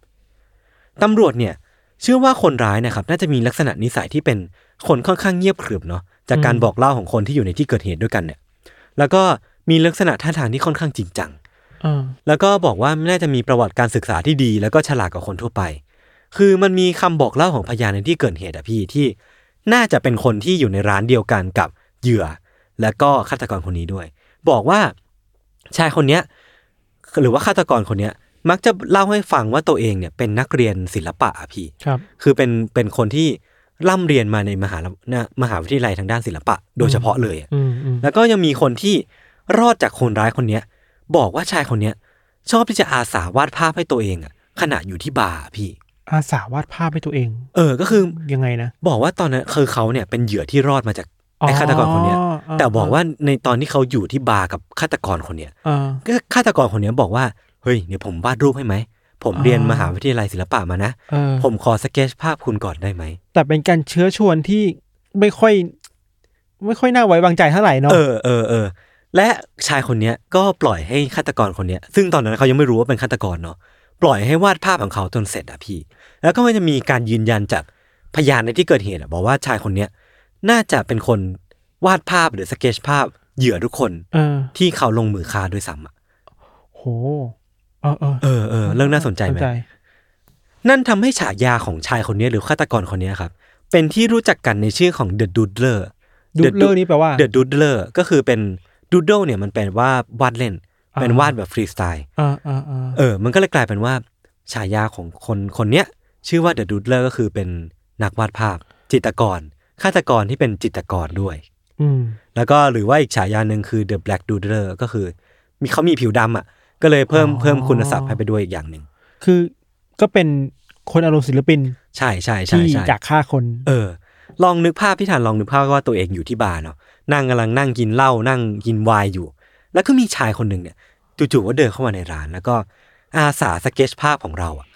B: ตำรวจเนี่ย เชื่อว่าคนร้ายนะครับ น่าจะมีลักษณะนิสัยที่เป็นคนค่อนข้างเงียบขรึมเนาะจากการ
D: อืม
B: บอกเล่าของคนที่อยู่ในที่เกิดเหตุด้วยกันเนี่ย แล้วก็มีลักษณะท่าทางที่ค่อนข้างจริงจัง
D: เออ
B: แล้วก็บอกว่าน่าจะมีประวัติการศึกษาที่ดี แล้วก็ฉลาดกว่าคนทั่วไป คือมันมีคำบอกเล่าของพยานในที่เกิดเหตุอะพี่ที่ น่าจะเป็นคนที่อยู่ในร้านเดียวกันกับเหยื่อ และก็ฆาตกรคนนี้ด้วย บอกว่าชายคนเนี้ยหรือว่าฆาตกรคนเนี้ย มักจะเล่าให้ฟังว่าตัวเองเนี่ยเป็นนักเรียนศิลปะอะพี่
D: ครับ
B: คือเป็นเป็นคนที่ร่ำเรียนมาในมหาลัยนะมหาวิทยาลัยทางด้านศิลปะ โดยเฉพาะเลยอะ
D: อืมอืม
B: แล้วก็ยังมีคนที่รอดจากคนร้ายคนเนี้ย บอกว่าชายคนเนี้ย ชอบที่จะอาสาวาดภาพให้ตัวเองอะขณะอยู่ที่บาร์อะพี่
D: อาสาวาดภาพให้ตัวเอง
B: เออก็คือ
D: ยังไงนะ
B: บอกว่าตอนนั้นคือเขาเนี่ยเป็นเหยื่อที่รอดมาจากไอ้ฆาตกรคนเนี้ย
D: เ
B: แต่บอกว่าในตอนที่เขาอยู่ที่บาร์กับฆาตกรคนเนี้ย
D: เออ
B: ก็ฆาตกรคนเนี้ยบอกว่าเฮ้ยเดี๋ยวผมวาดรูปให้ไหมผม
D: อ๋อ
B: เรียนมหาวิทยาลัยศิลปะมานะ
D: เออ
B: ผมขอสเก็ตภาพคุณก่อนได้ไหม
D: แต่เป็นการเชื้อชวนที่ไม่ค่อย ไม่ค่อยน่าไว้วางใจเท่าไหร่เนาะ
B: เออเออเออและชายคนเนี้ยก็ปล่อยให้ฆาตกรคนเนี้ย ซึ่งตอนนั้นเขายังไม่รู้ว่าเป็นฆาตกรเนาะปล่อยให้วาดภาพของเขาจนเสร็จอะพี่ แล้วก็มันจะมีการยืนยันจากพยานในที่เกิดเหตุอะบอกว่าชายคนเนี้ยน่าจะเป็นคนวาดภาพหรือสเก็ตภาพเหยื่อทุกคน
D: เออ
B: ที่เขาลงมือฆ่าด้วยซ้ำอะ
D: โห เออเออ
B: เออเออเรื่องน่าสนใจไหม นั่นทำให้ฉายาของชายคนเนี้ยหรือฆาตกรคนเนี้ยครับ เป็นที่รู้จักกันในชื่อของ The Doodler
D: ดูดเลอร์นี้แปลว่า
B: The Doodler ก็คือเป็น Doodle เนี่ยมันแปลว่าวาดเล่น
D: อ่า
B: เป็นวาดแบบฟรีสไตล์
D: อ่าอ่าอ่า
B: เออ มันก็เลยกลายเป็นว่า ฉายาของคนคนเนี้ย ชื่อว่า The Doodler ก็คือเป็นนักวาดภาพ จิตรกรฆาตกรที่เป็นจิตรกรด้วย
D: อืม
B: แล้วก็หรือว่าอีกฉายาหนึ่งคือ The Black Doodler ก็คือ มีเขามีผิวดำอ่ะ ก็เลยเพิ่ม
D: อ๋อ
B: เพิ่มคุณศัพท์ให้ไปด้วยอีกอย่างหนึ่ง
D: คือก็เป็นคนอารมณ์ศิลปิน
B: ใช่ใช่ใช่
D: ที่
B: ใช่
D: อยากฆ่าคน
B: เออ ลองนึกภาพพี่ฐานลองนึกภาพว่าตัวเองอยู่ที่บาร์เนาะนั่งกำลังนั่งกินเหล้านั่งกินไวน์อยู่ แล้วก็มีชายคนหนึ่งเนี่ยจู่ๆก็เดินเข้ามาในร้าน แล้วก็อาสาสเก็ตภาพของเราอะ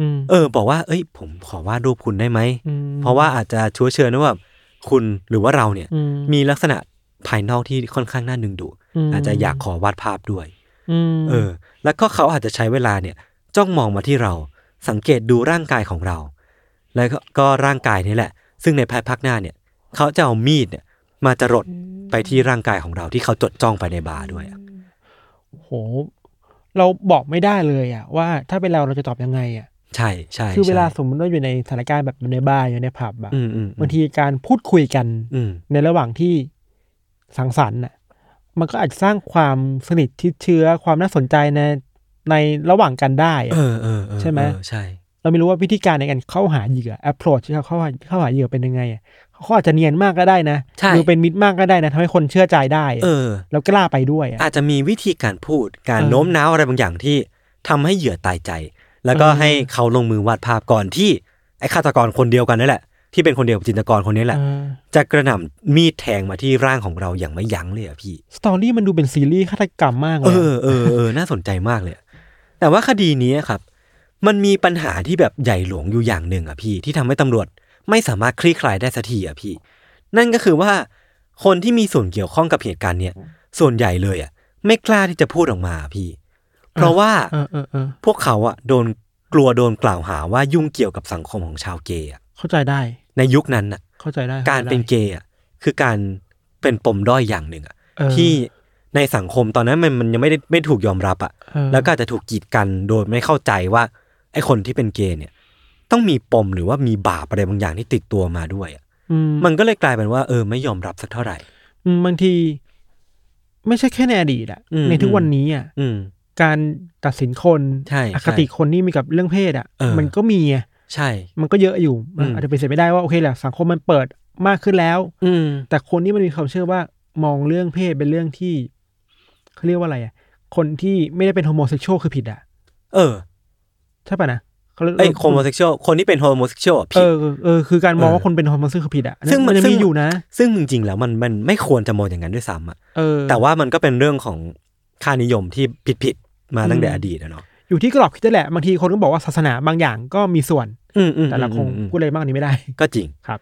D: อืม
B: เออ บอกว่าเอ้ย ผมขอวาดรูปคุณได้ไหม
D: ม
B: เพราะว่าอาจจะชัวเชิญนะว่าคุณหรือว่าเราเนี่ย
D: อืม
B: มีลักษณะภายนอกที่ค่อนข้างน่าดึงดูด
D: ม
B: อาจจะอยากขอวาดภาพด้วย
D: ม
B: เออ แล้วก็เขาอาจจะใช้เวลาเนี่ย จ้องมองมาที่เรา สังเกตดูร่างกายของเรา แล้วก็ก็ร่างกายนี่แหละ ซึ่งในภายภาคหน้าเนี่ย เขาจะเอามีดเนี่ย มาจรดไปที่ร่างกายของเราที่เขาจดจ้องไปในบาร์ด้วยอะ
D: โห เราบอกไม่ได้เลยอะว่าถ้าเป็นเราเราจะตอบยังไงอะ
B: ใช่ใช่
D: คือเวลา
B: ใช่
D: สมมติว่าอยู่ในสถานการณ์แบบในบาร์อยู่ในผับอะ
B: อืมอืมอืม
D: บางทีการพูดคุยกัน
B: อืม
D: ในระหว่างที่สังสรรค์น่ะ มันก็อาจจะสร้างความสนิทชิดเชื้อความน่าสนใจในในระหว่างกันได้อะ
B: เออเออเออ
D: ใช่ไหม
B: เออใช่
D: เราไม่รู้ว่าวิธีการในการเข้าหาเหยื่อ approach ที่เขาเข้าหาเข้าหาเหยื่อเป็นยังไงอะเขาอาจจะเนียนมากก็ได้นะ
B: ใช่
D: ดูเป็นมิตรมากก็ได้นะทำให้คนเชื่อใจได้อะ
B: เออ
D: แล้วกล้าไปด้วยอะ
B: อาจจะมีวิธีการพูด การ
D: เออ
B: โน้มน้าวอะไรบางอย่างที่ทำให้เหยื่อตายใจ แล้วก็
D: เออ
B: ให้เขาลงมือวาดภาพก่อนที่ไอ้ฆาตกรคนเดียวกันนั่นแหละ ที่เป็นคนเดียวกับจินตกรคนนี้แหละ
D: เออ
B: จะกระหน่ำมีดแทงมาที่ร่างของเราอย่างไม่ยั้งเลยอะพี่
D: สตอรี่มันดูเป็นซีรีส์ฆาตกรรมมากเล
B: เอย อ
D: อะ
B: เออเออ น่าสนใจมากเลยอะแต่ว่าคดีนี้ครับ มันมีปัญหาที่แบบใหญ่หลวงอยู่อย่างหนึ่งอะพี่ ที่ทำให้ตำรวจไม่สามารถคลี่คลายได้สักทีอะพี่ นั่นก็คือว่าคนที่มีส่วนเกี่ยวข้องกับเหตุการณ์เนี่ย ส่วนใหญ่เลยอะไม่กล้าที่จะพูดออกมาอะพี่ เพราะว่า
D: เออเออเออ
B: พวกเขาอะโดนกลัวโดนกล่าวหาว่ายุ่งเกี่ยวกับสังคมของชาวเกย์อะ
D: เข้าใจได้
B: ในยุคนั้นน่ะ
D: เข้าใจได้
B: การเป็นเกย์อะคือการเป็นปมด้อยอย่างหนึ่งอะ
D: เออ
B: ที่ในสังคมตอนนั้นมันมันยังไม่ได้ไม่ถูกยอมรับอะ
D: เออ
B: แล้วก็อาจจะถูกกีดกันโดยไม่เข้าใจว่าไอ้คนที่เป็นเกย์เนี่ย ต้องมีปมหรือว่ามีบาปอะไรบางอย่างที่ติดตัวมาด้วยอะ
D: อืมั
B: มัน นก็เลยกลายเป็นว่าเออไม่ยอมรับสักเท่าไหร่
D: บางที ไม่ใช่แค่ในอดีตอะ
B: อืม
D: ในทุกวันนี้อะ
B: อืม
D: การตัดสินคน
B: ใช่
D: อคติคนที่มีกับเรื่องเพศอะ
B: เออ
D: มันก็มีอะ
B: ใช่
D: มันก็เยอะอยู่
B: อืม
D: อาจจะเป็นเสียไม่ได้ว่าโอเคแหละสังคมมันเปิดมากขึ้นแล้ว
B: อืม
D: แต่คนที่มันมีความเชื่อว่ามองเรื่องเพศเป็นเรื่องที่เขาเรียกว่าอะไรอะคนที่ไม่ได้เป็นโฮโมเซ็กชวลคือผิดอะ
B: เออ
D: ใช่ป่ะนะเขาเรียก
B: ไอ้โฮโมเซ็กชวลคนที่เป็นโฮโมเซ็กชวล
D: เอ
B: ผิด
D: อเออคือการมอง
B: เออ
D: ว่าคนเป็นฮอร์โมนซึ่งคือผิดอ่ะ
B: ซึ่งมัน
D: จะ
B: ซึ่
D: มี
B: ง
D: อยู่นะ
B: ซึ่งจริงๆแล้วมันมันไม่ควรจะมองอย่างนั้นด้วยซ้ำอะ
D: เออ
B: แต่ว่ามันก็เป็นเรื่องของค่านิยมที่ผิดผิดๆมาตั้งแต่อดีตอะเนาะ
D: อยู่ที่กรอบคิดนั่นแหละบางทีคนก็บอกว่าศาสนาบางอย่างก็มีส่วน
B: อืมอืม
D: แต่เราคง
B: อืมอืม
D: พูดอะไรมากกว่านี้ไม่ได้
B: ก็จริง
D: ครับ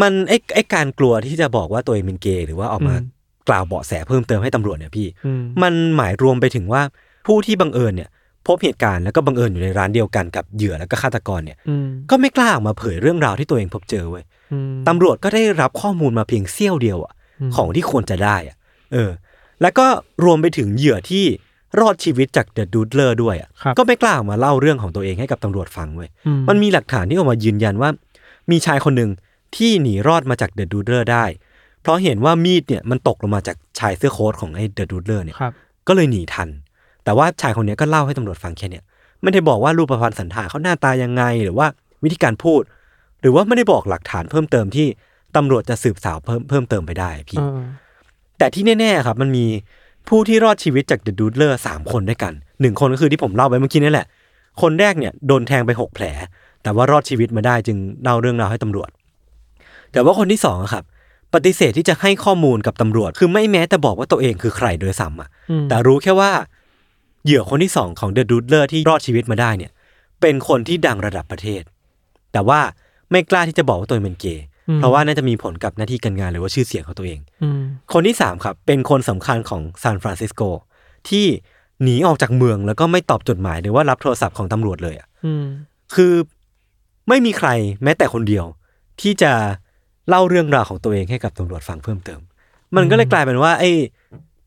B: มันไอ้ไอ้การกลัวที่จะบอกว่าตัวเองเป็นเกย์หรือว่าออกมา
D: อืม
B: กล่าวเบาะแสเพิ่มเติมให้ตำรวจเนี่ยพี่
D: อืม
B: มันหมายรวมไปถึงว่าผู้ที่บังเอิญเนี่ย พบเหตุการณ์แล้วก็บังเอิญอยู่ในร้านเดียวกันกับเหยื่อแล้วก็ฆาตกรเนี่ย
D: อืม
B: ก็ไม่กล้าออกมาเผยเรื่องราวที่ตัวเองพบเจอเว้ย
D: อืม
B: ตำรวจก็ได้รับข้อมูลมาเพียงเสี้ยวเดียวอะ
D: ม
B: ของที่ควรจะได้อะเออ แล้วก็รวมไปถึงเหยื่อที่รอดชีวิตจากเดอะดูดเลอร์ด้วยอะ
D: ครับ
B: ก็ไม่กล้าออกมาเล่าเรื่องของตัวเองให้กับตำรวจฟังเว้ย
D: อื
B: มันมีหลักฐานที่ออกมายืนยันว่า มีชายคนหนึ่งที่หนีรอดมาจากเดอะดูดเลอร์ได้ เพราะเห็นว่ามีดเนี่ยมันตกลงมาจากชายเสื้อโค้ทของไอ้เดอะดูดเลอร์เนี่ย
D: ครับ
B: ก็เลยหนีทัน แต่ว่าชายคนเนี้ยก็เล่าให้ตำรวจฟังแค่เนี่ยไม่ได้บอกว่ารูปพรรณสันฐานเขาหน้าตายังไง หรือว่าวิธีการพูด หรือว่าไม่ได้บอกหลักฐานเพิ่มเติมที่ตำรวจจะสืบสาวเพิ่มเพิ่มเติมไปได้พี่
D: เออ
B: แต่ที่แน่ๆครับมันมีผู้ที่รอดชีวิตจากเดอะดูดเลอร์สามคนด้วยกันหนึ่งคนก็คือที่ผมเล่าไปเมื่อกี้นี่แหละ คนแรกเนี่ยโดนแทงไปหกแผล แต่ว่ารอดชีวิตมาได้จึงเล่าเรื่องราวให้ตำรวจ แต่ว่าคนที่สองอะครับ ปฏิเสธที่จะให้ข้อมูลกับตำรวจ คือไม่แม้แต่บอกว่าตัวเองคือใครโดยซ้ำอะ
D: อืม
B: แต่รู้แค่ว่าเหยื่อคนที่สองของเดอะดูดเลอร์ที่รอดชีวิตมาได้เนี่ย เป็นคนที่ดังระดับประเทศ แต่ว่าไม่กล้าที่จะบอกว่าตัวเองเป็นเกย์เพราะว่าน่าจะมีผลกับหน้าที่การงานหรือว่าชื่อเสียงของตัวเอง
D: อืม
B: คนที่ 3 ครับ เป็นคนสำคัญของซานฟรานซิสโก ที่หนีออกจากเมืองแล้วก็ไม่ตอบจดหมายหรือว่ารับโทรศัพท์ของตำรวจเลยอะ
D: อืม
B: คือไม่มีใครแม้แต่คนเดียว ที่จะเล่าเรื่องราวของตัวเองให้กับตำรวจฟังเพิ่มเติม มันก็เลยกลายเป็นว่าไอ้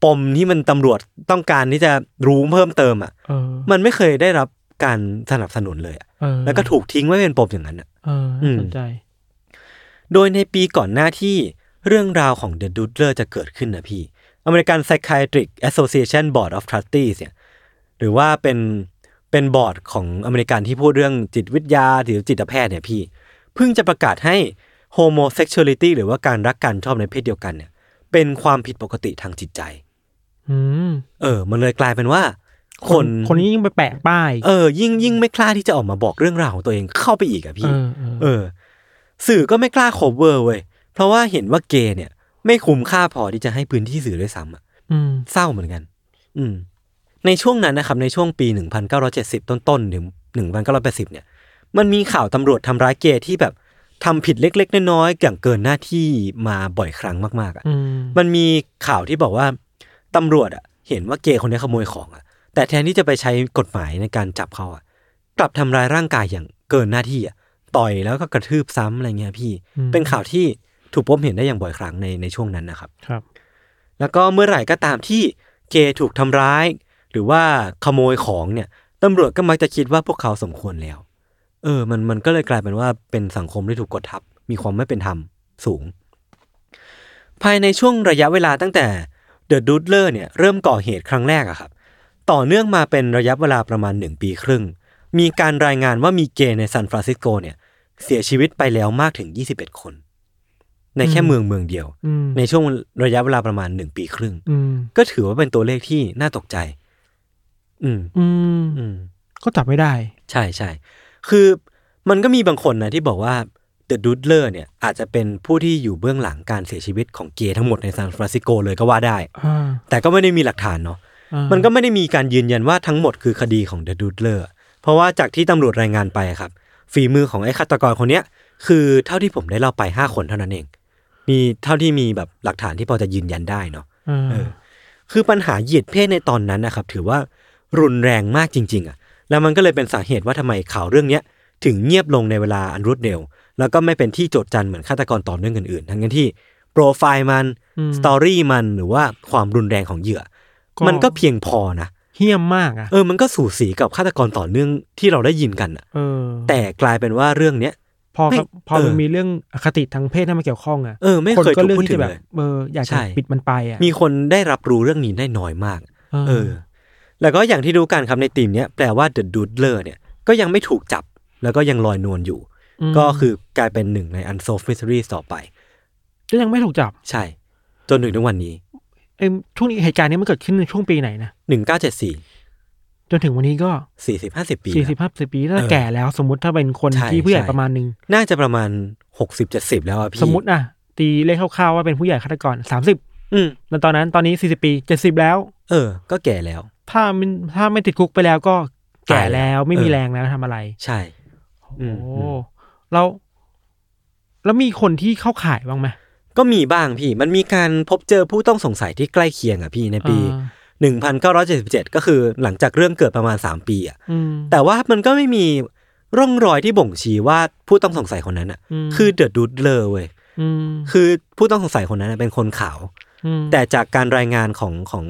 B: ปมที่มันตำรวจต้องการที่จะรู้เพิ่มเติมอ่ะ
D: เออ
B: มันไม่เคยได้รับการสนับสนุนเลยอะ
D: เออ
B: แล้วก็ถูกทิ้งไว้เป็นปมอย่างนั้นอะ
D: เออ
B: อื
D: น่าม สนใจ
B: โดยในปีก่อนหน้าที่เรื่องราวของ The Doodler จะเกิดขึ้นนะพี่ American Psychiatric Association Board of Trustees เนี่ยหรือว่าเป็นเป็นบอร์ดของอเมริกันที่พูดเรื่องจิตวิทยาหรือจิตแพทย์เนี่ยพี่ เพิ่งจะประกาศให้ homosexuality หรือว่าการรักกันชอบในเพศเดียวกันเนี่ย เป็นความผิดปกติทางจิตใจ
D: อืม
B: เออ มันเลยกลายเป็นว่า คน
D: คนนี้ยิ่งไปแปะป้าย
B: เออ ยิ่งยิ่งไม่กล้าที่จะออกมาบอกเรื่องราวของตัวเองเข้าไปอีกอะพี่
D: เออเออ
B: เออ สื่อก็ไม่กล้า cover เว้ย เพราะว่าเห็นว่าเกย์เนี่ย ไม่คุ้มค่าพอที่จะให้พื้นที่สื่อด้วยซ้ำอะ
D: อืม
B: เศร้าเหมือนกัน อืม ในช่วงนั้นนะครับ ในช่วงปี 1970 ต้นๆ ถึง 1980 เนี่ย มันมีข่าวตำรวจทำร้ายเกย์ที่แบบทำผิดเล็กๆ น้อยๆอย่างเกินหน้าที่มาบ่อยครั้งมากๆอะ
D: อืม
B: มันมีข่าวที่บอกว่า ตำรวจอะเห็นว่าเกย์คนนี้ขโมยของอะแต่แทนที่จะไปใช้กฎหมายในการจับเขาอะกลับทำร้ายร่างกายอย่างเกินหน้าที่อะต่อยแล้วก็กระทืบซ้ำอะไรเงี้ยพี่
D: อืม
B: เป็นข่าวที่ถูกพบเห็นได้อย่างบ่อยครั้งในในช่วงนั้นนะครับ
D: ครับ
B: แล้วก็เมื่อไหร่ก็ตามที่เกย์ถูกทำร้าย หรือว่าขโมยของเนี่ยตำรวจก็มักจะคิดว่าพวกเขาสมควรแล้ว เออ มันมันก็เลยกลายเป็นว่าเป็นสังคมที่ถูกกดทับ มีความไม่เป็นธรรมสูง ภายในช่วงระยะเวลาตั้งแต่เดอะดูดเลอร์เนี่ยเริ่มก่อเหตุครั้งแรกอะครับ ต่อเนื่องมาเป็นระยะเวลาประมาณหนึ่งปีครึ่ง มีการรายงานว่ามีเกย์ในซานฟรานซิสโกเนี่ยเสียชีวิตไปแล้วมากถึง 21 คน ในแค่
D: อืม
B: เมืองเมืองเดียว
D: อืม
B: ในช่วงระยะเวลาประมาณหนึ่งปีครึ่ง
D: อืม
B: ก็ถือว่าเป็นตัวเลขที่น่าตกใจ อืม
D: อืม
B: อืม
D: ก็จับไม่ได้
B: ใช่ใช่ คือมันก็มีบางคนนะที่บอกว่า The Doodler เนี่ยอาจจะเป็นผู้ที่อยู่เบื้องหลังการเสียชีวิตของเกย์ทั้งหมดในซานฟรานซิสโกเลยก็ว่าได้
D: อ่า
B: แต่ก็ไม่ได้มีหลักฐานเนาะ
D: อ่า
B: มันก็ไม่ได้มีการยืนยันว่าทั้งหมดคือคดีของ The Doodler เพราะว่าจากที่ตำรวจรายงานไปอะครับ ฝีมือของไอ้ฆาตกรคนเนี้ย คือเท่าที่ผมได้เล่าไปห้าคนเท่านั้นเอง มีเท่าที่มีแบบหลักฐานที่พอจะยืนยันได้เนาะ
D: อ่า
B: เออคือปัญหาเหยียดเพศในตอนนั้นนะครับ ถือว่ารุนแรงมากจริง ๆอ่ะแล้วมันก็เลยเป็นสาเหตุว่าทำไมข่าวเรื่องเนี้ย ถึงเงียบลงในเวลาอันรวดเร็ว แล้วก็ไม่เป็นที่โจทย์จันเหมือนฆาตกรต่อเนื่องอื่นๆ ทั้งนั้นที่โปรไฟล์มัน
D: ม
B: สตอรี่มันหรือว่าความรุนแรงของเหยื่อ มันก็เพียงพอนะ
D: เฮี้ยมมากอ่ะ
B: เออมันก็สูสีกับฆาตกรต่อเนื่องที่เราได้ยินกันอะ
D: เออ
B: แต่กลายเป็นว่าเรื่องเนี้ย
D: พอกับ
B: ไม่
D: พอมัน
B: เออ
D: มีเรื่องอคติทางเพศที่มาเกี่ยวข้องอ่ะ
B: เออไม่
D: คน
B: เคย
D: ก็
B: ถูก
D: เลือก
B: พูด
D: ที่
B: ถึ
D: จะ
B: ง
D: แบบ
B: เลย
D: เอออยาก
B: ใช่
D: จะปิดมันไปอ่ะ
B: มีคนได้รับรู้เรื่องนี้ได้น้อยมาก
D: เอ
B: เอ
D: อ
B: อแล้วก็อย่างที่ดูกันครับในทีมเนี้ยแปลว่า The Doodler เนี่ยก็ยังไม่ถูกจับ แล้วก็ยังลอยนวลอยู่
D: อืม
B: ก็คือกลายเป็นหนึ่งใน Unsolved Mysteries ต่อไป
D: ก็ยังไม่ถูกจับ
B: ใช่ จนถึงทุกวันนี้
D: ไอ้ช่วงนี้เหตุการณ์นี้มันเกิดขึ้นในช่วงปีไหนนะ
B: 1974
D: จนถึงวันนี้ก็
B: 40 50 ปี
D: สี่สิบห้าสิบปีถ้า
B: เออ
D: แก่แล้วสมมติถ้าเป็นคน
B: ใช่
D: ที่ผู้ใหญ่
B: ใช่
D: ประมาณหนึ่ง
B: น่าจะประมาณ 60 70 แล้วอะพี่
D: สมมติอ่ะ ตีเลขคร่าวๆว่าเป็นผู้ใหญ่ฆาตกรสามสิบ
B: อืม
D: แล้วตอนนั้นตอนนี้สี่สิบปีเจ็ดสิบแล้ว
B: เออ ก็แก่แล้ว
D: ถ้ามันถ้าไม่ติดคุกไปแล้วก็แก่
B: ตายแล้
D: แล้ว
B: ว
D: ไม่มี
B: เออ
D: แรงแล้วทำอะไร
B: ใช่ อื
D: โอ้
B: ม
D: แล้วแล้วมีคนที่เข้าข่ายบ้างไหม
B: ก็มีบ้างพี่ มันมีการพบเจอผู้ต้องสงสัยที่ใกล้เคียงอะพี่ในปี
D: อ่า
B: 1977 ก็คือหลังจากเรื่องเกิดประมาณ 3 ปีอะ
D: อืม
B: แต่ว่ามันก็ไม่มีร่องรอยที่บ่งชี้ว่าผู้ต้องสงสัยคนนั้นอ่ะ
D: อืม
B: คือเดอะดูดเลอร์เว้ย
D: อืม
B: คือผู้ต้องสงสัยคนนั้นอะเป็นคนขาว
D: อืม
B: แต่จากการรายงานของของ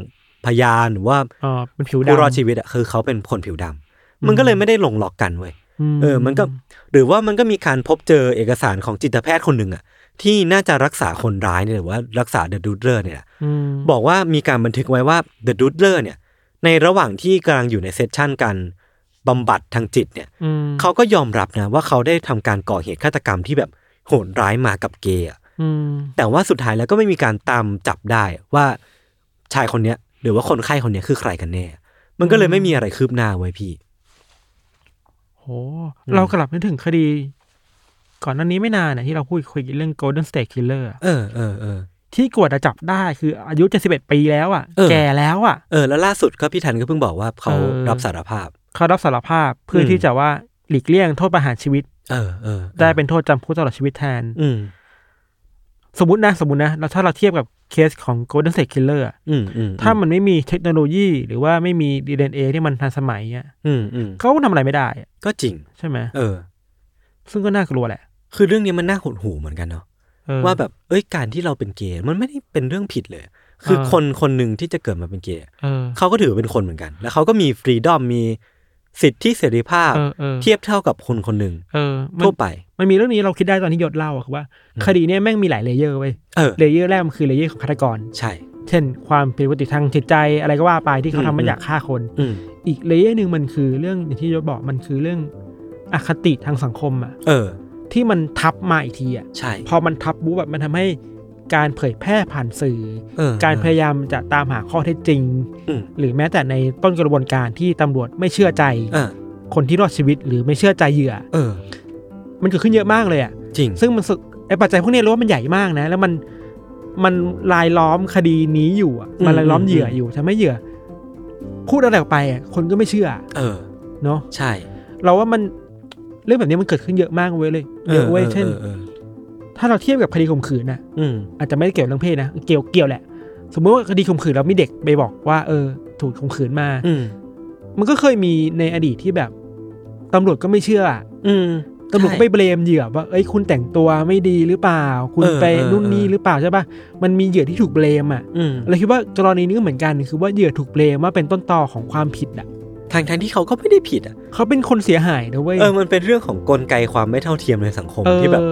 B: พยานหรือว่า
D: อ๋อเป็นผิวดำ
B: ผู้รอดชีวิตอ่ะคือเขาเป็นคนผิวดำมันก็เลยไม่ได้ลงล็อกกันเว้ย
D: ม
B: เออ มันก็หรือว่ามันก็มีการพบเจอเอกสารของจิตแพทย์คนหนึ่งอ่ะ ที่น่าจะรักษาคนร้ายเนี่ยหรือว่ารักษาเดอะดูดเลอร์เนี่ยแหละ
D: อืม
B: บอกว่ามีการบันทึกไว้ว่า The Doodler เนี่ย ในระหว่างที่กำลังอยู่ในเซสชั่นการบำบัดทางจิตเนี่ย
D: อืม
B: เขาก็ยอมรับนะว่าเขาได้ทำการก่อเหตุฆาตกรรมที่แบบโหดร้ายมากับเกย์อะ
D: อืม
B: แต่ว่าสุดท้ายแล้วก็ไม่มีการตามจับได้ว่าชายคนเนี้ย หรือว่าคนไข้คนเนี้ยคือใครกันแน่ มันก็เลยไม่มีอะไรคืบหน้าไว้ยพี่
D: โหเรากลับนึกถึงคดี ก่อนหน้านี้ไม่นานนะที่เราพูดคุยกันเรื่อง Golden State Killer อะ
B: เออเออเออ
D: ที่กวดจะจับได้คืออายุ 71 ปีแล้วอ่ะ
B: เออ
D: แก่แล้วอ่ะ
B: เออแล้วล่าสุดก็พี่ทันก็เพิ่งบอกว่าเขา
D: เออ
B: รับสารภาพ
D: เขารับสารภาพเพื่ออ
B: ม
D: ที่จะว่าหลีกเลี่ยงโทษประหารชีวิต
B: เออเออออ
D: ได้เป็นโทษจำคุกตลอดชีวิตแทน
B: อืม
D: สมมตินะ สมมตินะแล้วถ้าเราเทียบกับเคสของ Golden State Killer อะ
B: อืมอืม
D: ถ้ามันไม่มีเทคโนโลยี หรือว่าไม่มี DNA ที่มันทันสมัยอ่ะ
B: อืมอืม
D: เขาก็ทำอะไรไม่ได้อะ
B: ก็จริง
D: ใช่ไหม
B: เออ
D: ซึ่งก็น่ากลัวแหละ
B: คือเรื่องนี้มันน่าหดหูเหมือนกันเนาะ
D: เออ
B: ว่าแบบ เอ้ย การที่เราเป็นเกย์ มันไม่ได้เป็นเรื่องผิดเลย คือ
D: เออ
B: คนคนหนึ่งที่จะเกิดมาเป็นเกย์
D: เออ
B: เขาก็ถือเป็นคนเหมือนกัน แล้วเขาก็มีฟรีดอม มีสิทธิเสรีภาพ
D: เออเออ
B: เทียบเท่ากับคนคนหนึ่ง
D: เออมัน
B: ทั่วไป
D: มันมีเรื่องนี้เราคิดได้ตอนที่ยศเล่าอะคือว่า คดีเนี่ยแม่งมีหลายเลเยอร์เว้ย
B: เออ
D: เลเยอร์แรกมันคือเลเยอร์ของฆาตกร
B: ใช่
D: เช่น ความผิดปกติทางจิตใจอะไรก็ว่าไปที่เขา
B: อืม
D: ทำมันอยากฆ่าคน
B: อืม
D: อีกเลเยอร์หนึ่งมันคือเรื่องอย่างที่ยศบอกมันคือเรื่องอคติทางสังคมอะ
B: เออ
D: ที่มันทับมาอีกทีอะ
B: ใช่
D: พอมันทับบุ๊บแบบมันทำให้การเผยแพร่ผ่านสื่อ
B: เออ
D: การพยายามจะตามหาข้อเท็จจริง
B: อืม
D: หรือแม้แต่ในต้นกระบวนการที่ตำรวจไม่เชื่อใจ
B: เออ
D: คนที่รอดชีวิตหรือไม่เชื่อใจเหยื่อ
B: เออ
D: มันเกิดขึ้นเยอะมากเลยอะ
B: จริง
D: ซึ่งมันสึกไอ้ปัจจัยพวกเนี้ยรู้ว่ามันใหญ่มากนะ แล้วมันมันลายล้อมคดีนี้อยู่อะ
B: อืม
D: มันลายล้อม
B: อืม
D: เหยื่ออยู่ทำให้เหยื่อ พูดอะไรออกไปอะคนก็ไม่เชื่อ
B: เออ
D: เนาะ
B: ใช่
D: เราว่ามันเรื่องแบบนี้มันเกิดขึ้นเยอะมากเว้ยเลยเยอะเว้ยเช่น
B: ออออออ
D: ถ้าเราเทียบกับคดีข่มขืนนะ
B: อืม
D: อาจจะไม่ได้เกี่ยวเรื่องเพศนะเกี่ยวเกี่ยวแหละ สมมติว่าคดีข่มขืนแล้วมีเด็กไปบอกว่าเออ ถูกข่มขืนมา
B: อืม
D: มันก็เคยมีในอดีตที่แบบตำรวจก็ไม่เชื่ออะ
B: อืม
D: ตำรวจก็ไปเบลมเหยื่อว่าเอ้ยคุณแต่งตัวไม่ดีหรือเปล่า คุณ
B: เออ
D: ไป
B: เออ
D: นู่นนี่
B: เออ
D: หรือเปล่าใช่ปะมันมีเหยื่อที่ถูกเบลมอ่ะ
B: อืม
D: เราคิดว่ากรณีนี้ก็เหมือนกันคือว่าเหยื่อถูกเบลมว่าเป็นต้นตอของความผิดอ่ะ
B: ทางทางที่เขาก็ไม่ได้ผิดอ่ะ
D: เขาเป็นคนเสียหายนะเว้ย
B: เออ มันเป็นเรื่องของกลไกความไม่เท่าเทียมในสังคม
D: เออ
B: ที่แบบ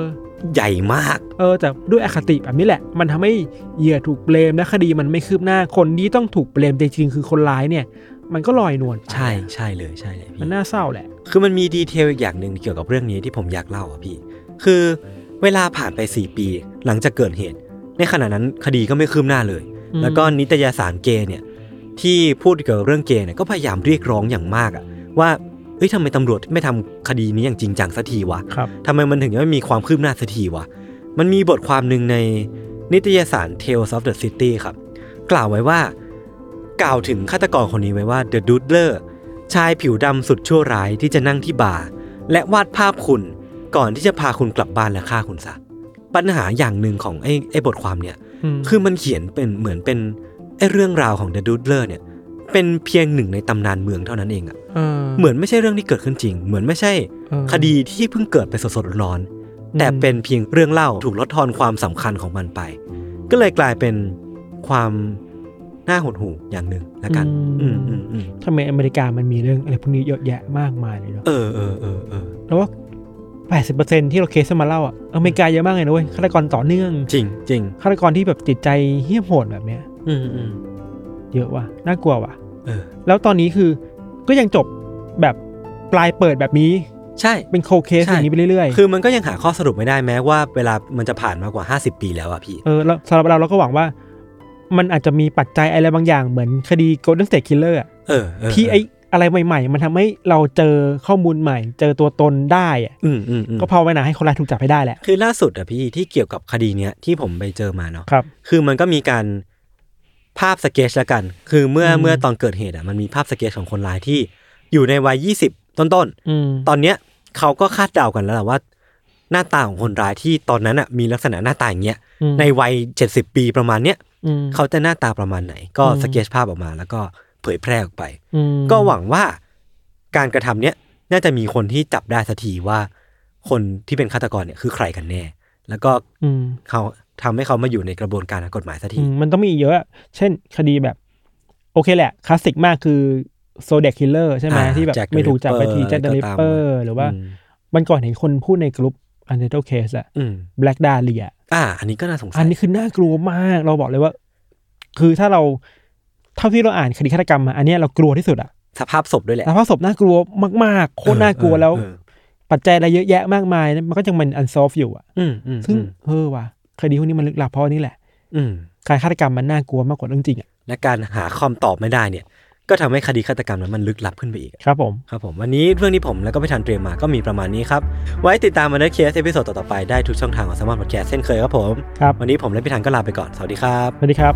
B: ใหญ่มาก
D: เออแต่ด้วยอคติแบบนี้แหละ มันทำให้เหยื่อถูกเบลมและคดีมันไม่คืบหน้าคนที่ต้องถูกเบลมจริงๆคือคนร้ายเนี่ย มันก็ลอยนวลไป
B: ใช่ใช่เลยใช่เลยพี่
D: มันน่าเศร้าแหละ
B: คือมันมีดีเทลอีกอย่างหนึ่งเกี่ยวกับเรื่องนี้ที่ผมอยากเล่าอ่ะพี่ คือเวลาผ่านไป 4 ปีหลังจากเกิดเหตุ ในขณะนั้นคดีก็ไม่คืบหน้าเลย
D: อืม
B: แล้วก็นิตยสารเกย์เนี่ยที่พูดเกี่ยวกับเรื่องเกย์เนี่ยก็พยายามเรียกร้องอย่างมากอะว่าเฮ้ยทำไมตำรวจไม่ทำคดีนี้อย่างจริงจังสักทีวะ
D: ครับ
B: ทำไมมันถึงยังไม่มีความคืบหน้าสักทีวะ มันมีบทความหนึ่งในนิตยสาร Tales of the City ครับ กล่าวไว้ว่า กล่าวถึงฆาตกรคนนี้ไว้ว่า The Doodler ชายผิวดำสุดชั่วร้ายที่จะนั่งที่บาร์และวาดภาพคุณก่อนที่จะพาคุณกลับบ้านและฆ่าคุณซะ ปัญหาอย่างหนึ่งของไอ้ไอ้บทความเนี่ย
D: อืม
B: คือมันเขียนเป็นเหมือนเป็นไอ้เรื่องราวของ The Doodler เนี่ย เป็นเพียงหนึ่งในตำนานเมืองเท่านั้นเองอะ เหมือนไม่ใช่เรื่องที่เกิดขึ้นจริง เหมือนไม่ใช่
D: เออ
B: คดีที่เพิ่งเกิดไปสดๆร้อน
D: อืม
B: ๆแต่เป็นเพียงเรื่องเล่าถูกลดทอนความสำคัญของมันไป ก็เลยกลายเป็นความน่าหดหู่อย่างหนึ่งละกัน อืมอืมอืม
D: ทำไมอเมริกามันมีเรื่องอะไรพวกนี้เยอะแยะมากมายเลยเนาะ
B: เออเออเออเออ
D: แล้วว่า 80%ที่เราเคสมาเล่าอ่ะอเมริกาเยอะมากเลยนะเว้ยฆาตกรต่อเนื่อง
B: จริงจริง
D: ฆาตกรที่แบบจิตใจเหี้ยมโหดแบบเนี้ย
B: อืมอืม
D: เยอะว่ะน่ากลัวว่ะ
B: เออ
D: แล้วตอนนี้คือก็ยังจบแบบปลายเปิดแบบนี้
B: ใช่
D: เป็นโคเคส
B: ใช่
D: อย่างนี้ไปเรื่อยๆ
B: คือมันก็ยังหาข้อสรุปไม่ได้แม้ว่าเวลามันจะผ่านมากว่า 50 ปีแล้วอะพี่
D: เออแล้วสำหรับเราเราก็หวังว่า มันอาจจะมีปัจจัยอะไรบางอย่างเหมือนคดี Golden State Killer อะ
B: เออเออ
D: ที่ไออะไรใหม่ๆ มันทำให้เราเจอข้อมูลใหม่ เจอตัวตนได้อะ
B: อืมอืมอืม
D: ก็ภาวนาให้คนร้ายถูกจับให้ได้แหละ
B: คือล่าสุดอะพี่ที่เกี่ยวกับคดีเนี้ยที่ผมไปเจอมาเนาะ
D: ครับ
B: คือมันก็มีการภาพสเก็ตละกัน คือเมื่อ
D: อืม
B: เมื่อตอนเกิดเหตุอ่ะมันมีภาพสเก็ตของคนร้ายที่อยู่ในวัยยี่สิบต้น
D: อืม
B: ๆ ตอนเนี้ยเขาก็คาดเดากันแล้วแหละว่า หน้าตาของคนร้ายที่ตอนนั้นอ่ะมีลักษณะหน้าตาอย่างเงี้ย
D: อืม
B: ในวัยเจ็ดสิบปีประมาณเนี้ย
D: อืม
B: เขาจะหน้าตาประมาณไหน ก็
D: อืม
B: สเก็ตภาพออกมาแล้วก็เผยแพร่ออกไป
D: อืม
B: ก็หวังว่าการกระทำเนี้ยน่าจะมีคนที่จับได้สักทีว่า คนที่เป็นฆาตกรเนี่ยคือใครกันแน่ แล้วก็
D: อืม
B: เขาทำให้เขามาอยู่ในกระบวนการทางกฎหมายสัก
D: อื
B: ที
D: มมันต้องมีอีกเยอะ เช่นคดีแบบ โอเคแหละ คลาสสิกมากคือโซเด c คิลเลอร์ใช่ไหม
B: อ่า
D: ที่แบบ
B: Jack the
D: ไม่ถูกจับไปที
B: Ripper
D: แจ็คเด
B: อะไร
D: ลิ
B: ก็ตาม
D: เปอร์หรือว่า
B: อืม
D: วันก่อนเห็นคนพูดในกลุ่มอันเดอร์เคสอะ
B: อืม
D: แบล็กดาเลีย
B: อ่า อันนี้ก็น่าสงสั
D: อั
B: ย
D: นนี้คือน่ากลัวมาก เราบอกเลยว่า คือถ้าเราเท่าที่เราอ่านคดีฆาตกรรมมาอันเนี้ยเรากลัวที่สุดอะ
B: สภาพศพด้วยแหละ
D: สภาพศพน่ากลัวมากๆโคตรน่ากลัว
B: เออ
D: แล้ว
B: เออ
D: ปัจจัยอะไรเยอะแยะมากมายมันก็ยังมันอันซอฟอยู่อะ
B: อืมอืม
D: ซึ่งเออว่ะคดีพวกนี้มันลึกลับเพราะว่านี่แหละ
B: อืม
D: การฆาตกรรมมันน่ากลัวมากกว่าเรื่องจริงอ่ะ
B: และการหาคำตอบไม่ได้เนี่ย ก็ทำให้คดีฆาตกรรมนั้นมันลึกลับขึ้นไปอีก
D: ครับผม
B: ครับผม วันนี้เรื่องที่ผมแล้วก็พี่ทันเตรียมมาก็มีประมาณนี้ครับ ไว้ติดตามมันได้เคสเอพิโซดต่อๆไปได้ทุกช่องทางของสมาร์ทพอดแคสต์เช่นเคยครับผม
D: ครับ
B: วันนี้ผมและพี่ทันก็ลาไปก่อน สวัสดีครับ
D: สวัสดีครับ